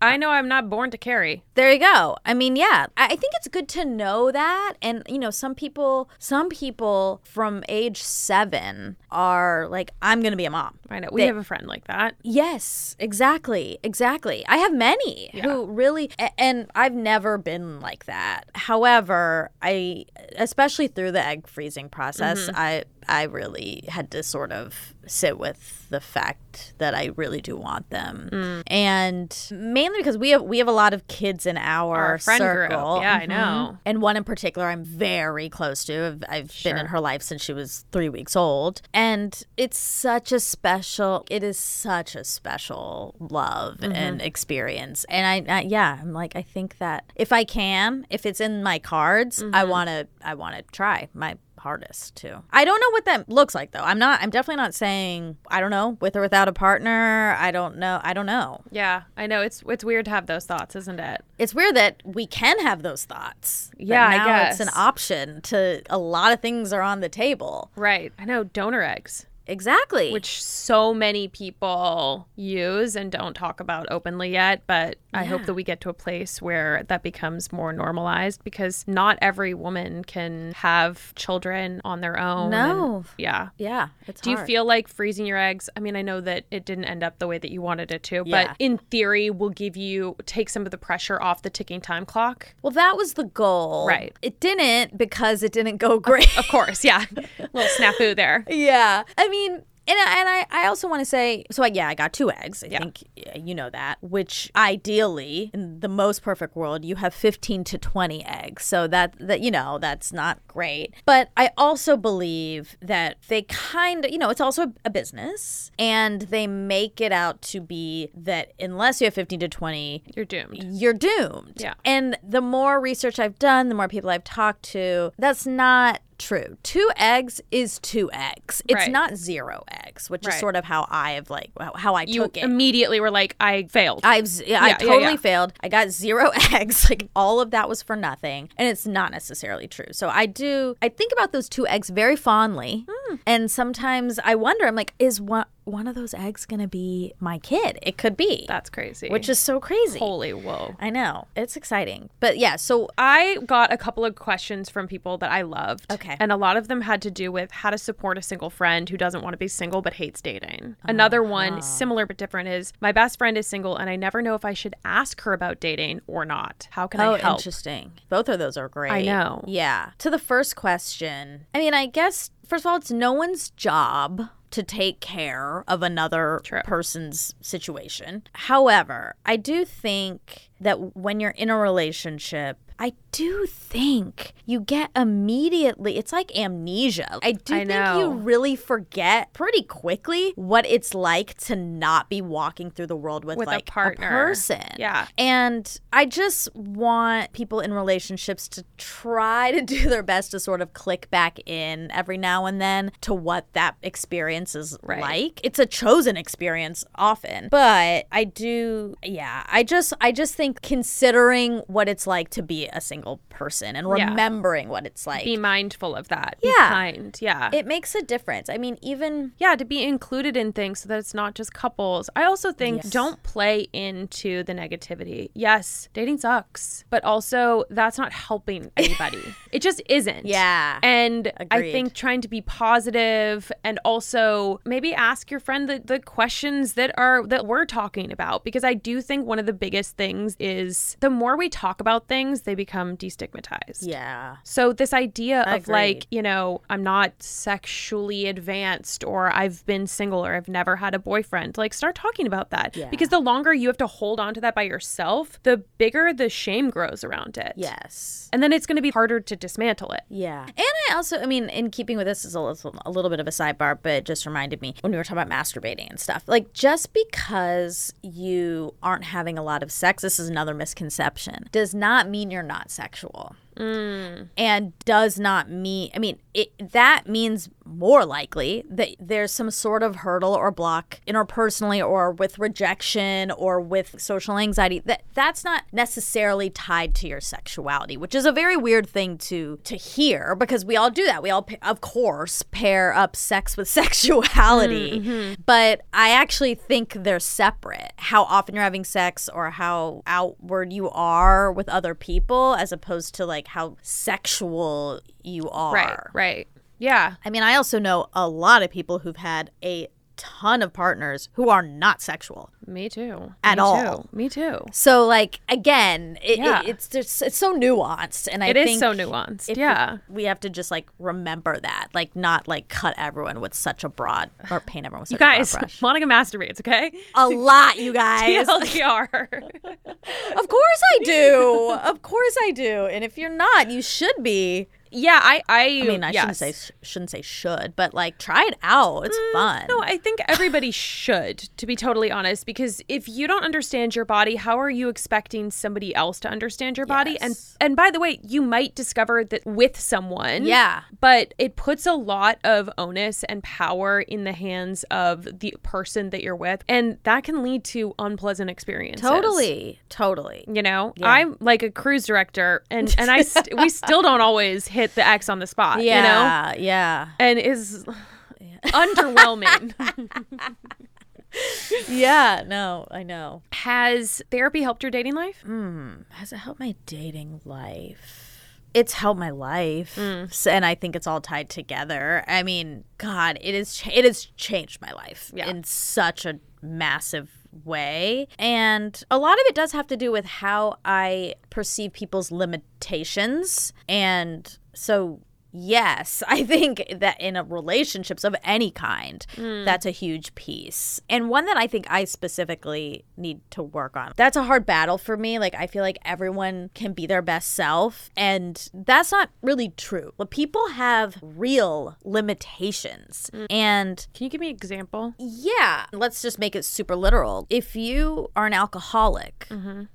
I know I'm not born to carry.
There you go. I mean, yeah, I I think it's good to know that. And, you know, some people, some people from age seven are like, I'm going to be a mom.
I know we have a friend like that.
Yes, exactly. Exactly. I have many who really a- and I've never been like that. However, I especially through the egg freezing process,
Mm-hmm.
I I really had to sort of sit with the fact that I really do want them.
Mm.
And mainly because we have we have a lot of kids in our,
Our friend
circle. Mm-hmm.
group. Yeah, I know.
And one in particular, I'm very close to. I've, I've been in her life since she was three weeks old. And it's such a special, it is such a special love and experience. And I, I, yeah, I'm like, I think that if I can, if it's in my cards, I want to, I want to try my hardest to. I don't know what that looks like though. I'm not, I'm definitely not saying, I don't know, with or without a partner. I don't know. I don't know.
Yeah, I know it's it's weird to have those thoughts, isn't it?
It's weird that we can have those thoughts. but
Yeah, I
now it's
guess.
an option to a lot of things are on the table.
Right. I know donor eggs,
Exactly.
which so many people use and don't talk about openly yet, but I hope that we get to a place where that becomes more normalized because not every woman can have children on their own. and-
No.
yeah.
yeah, it's
Do you
hard.
feel like freezing your eggs? I mean, I know that it didn't end up the way that you wanted it to,
Yeah.
but in theory, will give you take some of the pressure off the ticking time clock.
Well, that was the goal.
Right.
It didn't because it didn't go great.
Of course, yeah. Little snafu there.
yeah. I mean, and I, and I, I also want to say so I, yeah, I got two eggs. I think yeah, you know that, which ideally in the most perfect world you have 15 to 20 eggs. So that that you know, that's not great. But I also believe that they kind of, you know, it's also a business and they make it out to be that unless you have 15 to 20
You're doomed.
you're doomed.
Yeah.
And the more research I've done, the more people I've talked to, that's not true. Two eggs is two eggs. It's
Right.
not zero eggs, which
Right.
is sort of how I've like how- how I
You
took it.
immediately were like, I failed.
I've z- yeah, I
Yeah, yeah,
totally
yeah.
failed. I got zero eggs. Like all of that was for nothing, and it's not necessarily true. So I do I think about those two eggs very fondly,
Hmm.
and sometimes I wonder. I'm like, is one one of those eggs gonna be my kid? It could be,
That's crazy.
which is so crazy.
holy whoa.
I know. It's exciting. But yeah, so
I got a couple of questions from people that I loved.
Okay.
And a lot of them had to do with how to support a single friend who doesn't want to be single but hates dating. Another
Ah.
one, similar but different, is my best friend is single and I never know if I should ask her about dating or not. How can
oh,
I help?
interesting. Both of those are great.
I know.
Yeah. To the first question, I mean, I guess first of all, it's no one's job to take care of another
True.
person's situation. However, I do think that when you're in a relationship. I do think you get immediately, it's like amnesia. I do
I
think
know.
you really forget pretty quickly what it's like to not be walking through the world with,
With a
like
partner.
person.
Yeah.
And I just want people in relationships to try to do their best to sort of click back in every now and then to what that experience is like. It's a chosen experience often. But I do yeah, I just I just think considering what it's like to be a single person and
Yeah.
remembering what it's like.
Be mindful of that.
Yeah.
Be kind. Yeah.
it makes a difference. I mean, even
yeah, to be included in things so that it's not just couples. I also think don't play into the negativity. Yes, dating sucks, but also that's not helping anybody. it just isn't.
Yeah.
And I
Agreed.
think trying to be positive and also maybe ask your friend the, the questions that are that we're talking about because I do think one of the biggest things is the more we talk about things, they become destigmatized.
yeah.
So this idea of like,
Agreed.
you know, I'm not sexually advanced or I've been single or I've never had a boyfriend, like start talking about that. Because the longer you have to hold on to that by yourself, the bigger the shame grows around it.
Yes.
And then it's going to be harder to dismantle it.
Yeah. And I also, I mean, in keeping with this, is a little, a little bit of a sidebar, but it just reminded me when we were talking about masturbating and stuff. Like, just because you aren't having a lot of sex, this is another misconception, does not mean you're not sexual. and does not mean i mean it, that means more likely that there's some sort of hurdle or block interpersonally or with rejection or with social anxiety that that's not necessarily tied to your sexuality which is a very weird thing to to hear because we all do that we all pa- of course pair up sex with sexuality
Mm-hmm.
but i actually think they're separate how often you're having sex or how outward you are with other people as opposed to like how sexual you are
Right. Right. Yeah.
I mean, I also know a lot of people who've had a ton of partners who are not sexual.
Me too.
At
Me
all.
Too. Me too.
So, like, again, it,
Yeah.
it, it's just, it's so nuanced, and I
It is
think
so nuanced.
if
Yeah.
we have to just like remember that, like, not like cut everyone with such a broad or paint everyone with such
Guys,
a broad brush.
Monica masturbates, okay?
A lot, you guys.
TLDR.
of course I do. Of course I do. And if you're not, you should be.
yeah, I I,
I mean, I shouldn't say sh- shouldn't say should, but like try it out. It's fun.
Mm, No, I think everybody should, to be totally honest, because if you don't understand your body, how are you expecting somebody else to understand your body?
Yes.
And and by the way, you might discover that with someone.
Yeah.
But it puts a lot of onus and power in the hands of the person that you're with, and that can lead to unpleasant experiences.
totally, totally.
You know, I'm like a cruise director, and and I st- we still don't always hit the X on the spot. You know,
Yeah, yeah,
and is underwhelming.
yeah. No, I know.
Has therapy helped your dating life?
Mm. Has it helped my dating life? It's helped my life, S- and I think it's all tied together. I mean, God, it is cha- it has changed my life
Yeah.
in such a massive way, and a lot of it does have to do with how I perceive people's limitations, and so. Yes, I think that in a relationships of any kind, that's a huge piece. And one that I think I specifically need to work on. That's a hard battle for me. Like I feel like everyone can be their best self and that's not really true. But people have real limitations. And
Can you give me an example?
yeah, let's just make it super literal. If you are an alcoholic,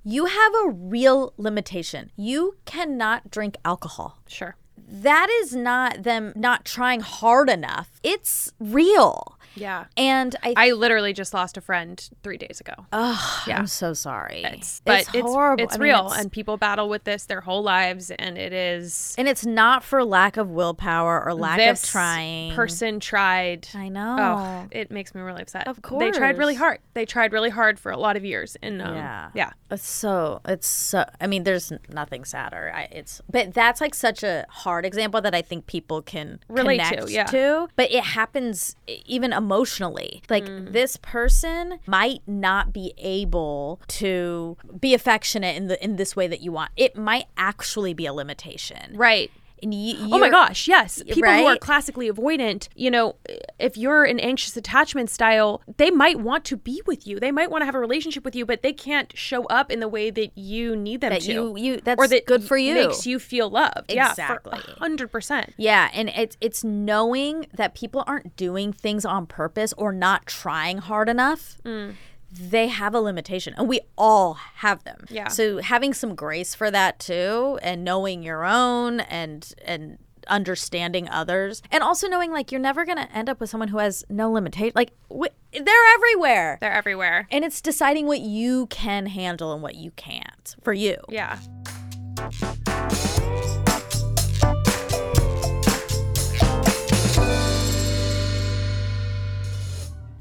you have a real limitation. You cannot drink alcohol
Sure.
that is not them not trying hard enough. It's real.
Yeah.
And I,
I literally just lost a friend three days ago.
I'm so sorry.
but it's,
Oh, horrible.
It's
I mean,
real,
it's-
and people battle with this their whole lives, and it is
and it's not for lack of willpower or lack
this
of trying.
person tried.
I know.
Oh, it makes me really upset.
Of
they tried really
course.
hard. They tried really hard for a lot of years, and um,
Yeah.
yeah,
It's so it's so I mean there's n- nothing sadder. I, it's but that's like such a hard example that I think people can
Relate to,
connect
yeah.
to. But it happens e- even emotionally. Like
Mm.
this person might not be able to be affectionate in the in this way that you want. It might actually be a limitation.
right.
And you,
Oh my gosh, yes. People who are
right?
classically avoidant, you know, if you're an anxious attachment style, they might want to be with you. They might want to have a relationship with you, but they can't show up in the way that you need them
That
to.
you- you- that's
or that
good for you.
Makes you feel loved.
Exactly.
Yeah, for 100%.
Yeah, and it's it's knowing that people aren't doing things on purpose or not trying hard enough.
Mm.
They have a limitation, and we all have them.
Yeah.
So having some grace for that too, and knowing your own, and and understanding others, and also knowing like you're never gonna end up with someone who has no limitation. Like w- they're everywhere,
They're everywhere.
and it's deciding what you can handle and what you can't for you.
Yeah.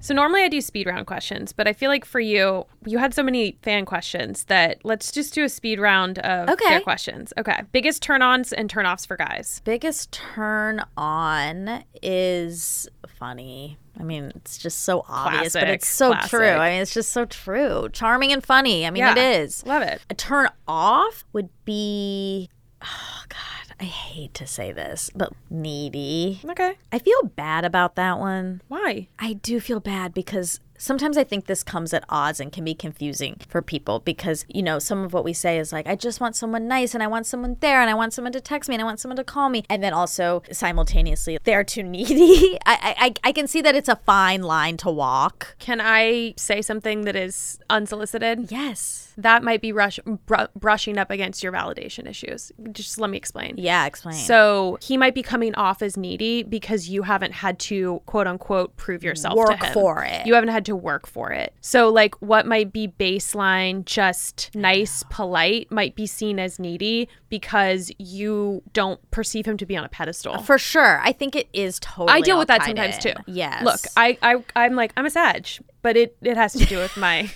So normally I do speed round questions, but I feel like for you, you had so many fan questions that let's just do a speed round of
Okay.
their questions. Okay. Biggest turn-ons and turn-offs for guys.
biggest turn on is funny. I mean, it's just so obvious, but
Classic,
it's so
classic.
true. I mean, it's just so true. Charming and funny. I mean, it is.
Love it.
A turn off would be oh god, I hate to say this, but needy.
Okay.
I feel bad about that one.
Why?
I do feel bad because sometimes I think this comes at odds and can be confusing for people because, you know, some of what we say is like, I just want someone nice and I want someone there and I want someone to text me and I want someone to call me. And then also simultaneously, they're too needy. I, I, I can see that it's a fine line to walk.
Can I say something that is unsolicited?
Yes.
That might be rush, br- brushing up against your validation issues. Just let me explain.
Yeah, explain.
So he might be coming off as needy because you haven't had to quote unquote prove yourself to
work
him.
for it.
You haven't had to work for it. So, like, what might be baseline just nice, polite, might be seen as needy because you don't perceive him to be on a pedestal.
Uh, for sure. I think it is totally.
I deal
all
with that
tied
sometimes
in.
too.
Yes.
Look, I, I I'm like I'm a sag, but it it has to do with my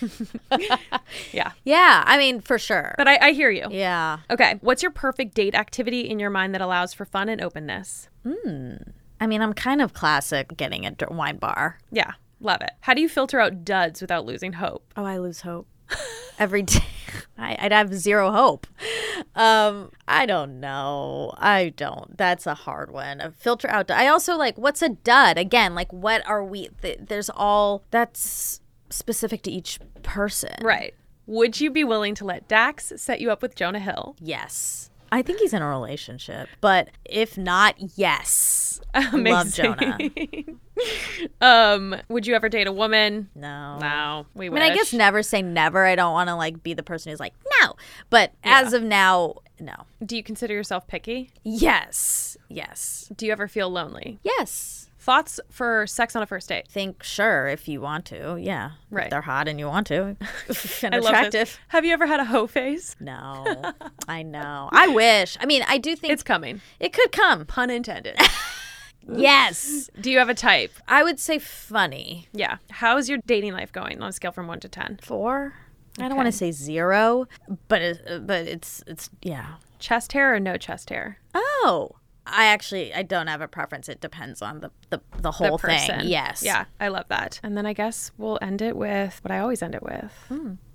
yeah.
yeah, I mean, for sure.
But I, I hear you.
yeah.
Okay, what's your perfect date activity in your mind that allows for fun and openness?
I mean, I'm kind of classic getting a d- wine bar.
Yeah, love it. How do you filter out duds without losing hope?
Oh, I lose hope every day. I, I'd have zero hope. Um, I don't know. I don't. That's a hard one. A filter out. I also like what's a dud again. Like what are we? Th- there's all that's specific to each person.
Right. Would you be willing to let Dax set you up with Jonah Hill?
Yes. I think he's in a relationship, but if not, yes. Love Jonah.
Um, would you ever date a woman?
No.
No, we
I
would.
mean, I guess never say never. I don't want to like be the person who's like no, but as of now, no.
Do you consider yourself picky?
Yes. Yes.
Do you ever feel lonely?
Yes.
Thoughts for sex on a first date?
Think sure if you want to. Yeah.
Right.
If they're hot and you want to. and
I love this.
attractive.
Have you ever had a hoe face?
No. I know. I wish. I mean, I do think
It's coming.
it could come.
Pun intended.
Yes.
Do you have a type?
I would say funny.
Yeah. How's your dating life going on a scale from one to ten?
Four. I don't want to say zero, but it, but it's it's yeah.
Chest hair or no chest hair?
Oh, I actually I don't have a preference. It depends on the the, the whole thing. Yes.
Yeah, I love that. And then I guess we'll end it with what I always end it with,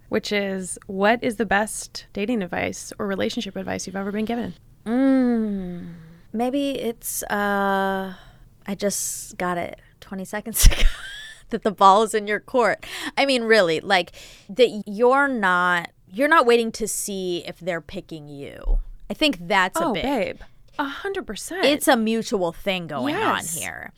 which is what is the best dating advice or relationship advice you've ever been given?
Maybe it's uh I just got it 20 seconds ago that the ball is in your court. I mean really, like that you're not you're not waiting to see if they're picking you. I think that's a
oh,
big
babe. A hundred percent.
it's a mutual thing going
Yes.
on here.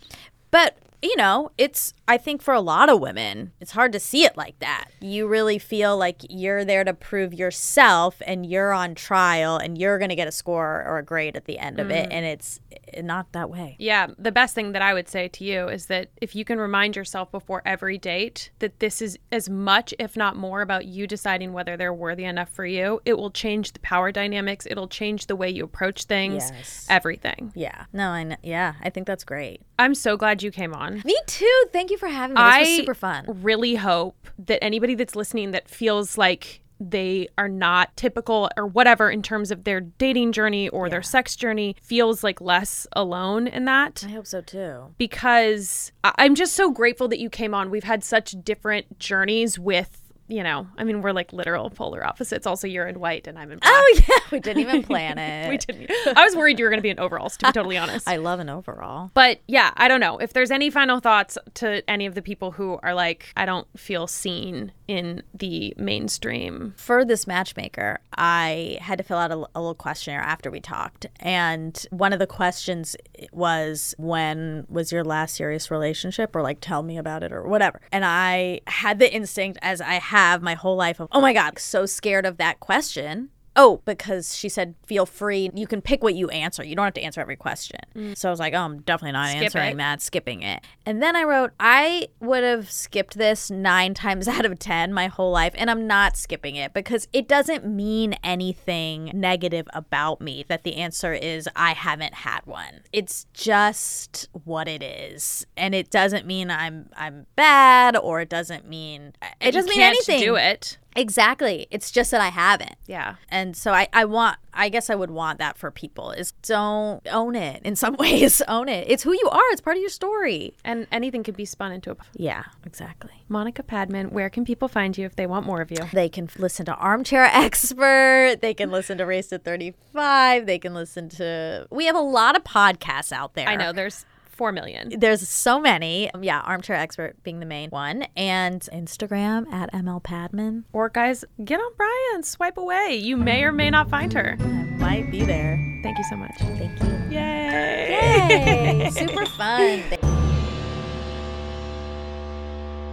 But you know, it's I think for a lot of women, it's hard to see it like that. You really feel like you're there to prove yourself and you're on trial and you're going to get a score or a grade at the end of it and it's not that way.
Yeah, the best thing that I would say to you is that if you can remind yourself before every date that this is as much, if not more, about you deciding whether they're worthy enough for you, it will change the power dynamics. It'll change the way you approach things,
Yes.
everything.
Yeah. No, I know. yeah, I think that's great.
I'm so glad you came on.
Me too. Thank you for having me. Oh, This was super fun.
really hope that anybody that's listening that feels like they are not typical or whatever in terms of their dating journey or their sex journey feels like less alone in that.
I hope so too.
because I- I'm just so grateful that you came on. We've had such different journeys with, you know, I mean, we're like literal polar opposites. Also, you're in white and I'm in black.
Oh yeah, we didn't even plan it.
We didn't. I was worried you were going to be in overalls, to be totally honest.
I love an overall.
but yeah, I don't know. If there's any final thoughts to any of the people who are like, I don't feel seen in the mainstream.
for this matchmaker, I had to fill out a, a little questionnaire after we talked. And one of the questions was, When was your last serious relationship? Or like, tell me about it or whatever. And I had the instinct, as I have my whole life, of, Oh my God, so scared of that question. Oh, because she said, feel free. You can pick what you answer. You don't have to answer every question. So I was like, oh, I'm definitely not answering
it.
that, skipping it. And then I wrote, I would have skipped this nine times out of 10 my whole life, and I'm not skipping it because it doesn't mean anything negative about me that the answer is I haven't had one. It's just what it is. And it doesn't mean I'm I'm bad or it doesn't mean it doesn't
you
mean
can't
anything.
do it.
Exactly. It's just that I haven't.
Yeah.
And so I, I want, I guess I would want that for people is don't own it in some ways. Own it. It's who you are, it's part of your story.
And anything could be spun into a.
Yeah, exactly.
Monica Padman, where can people find you if they want more of you?
They can f- listen to Armchair Expert. They can listen to Race to 35. They can listen to, we have a lot of podcasts out there.
I know there's Four million.
There's so many. Um, Yeah, armchair expert being the main one, and Instagram at ML Padman.
Or guys, get on Brian, swipe away. You may or may not find her.
I might be there.
Thank you so much.
Thank you.
Yay!
Yay! Super fun.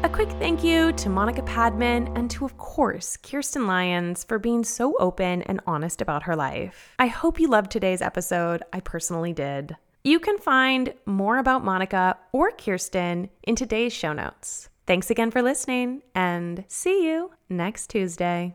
A quick thank you to Monica Padman and to, of course, Kirsten Lyons for being so open and honest about her life. I hope you loved today's episode. I personally did. You can find more about Monica or Kirsten in today's show notes. Thanks again for listening and see you next Tuesday.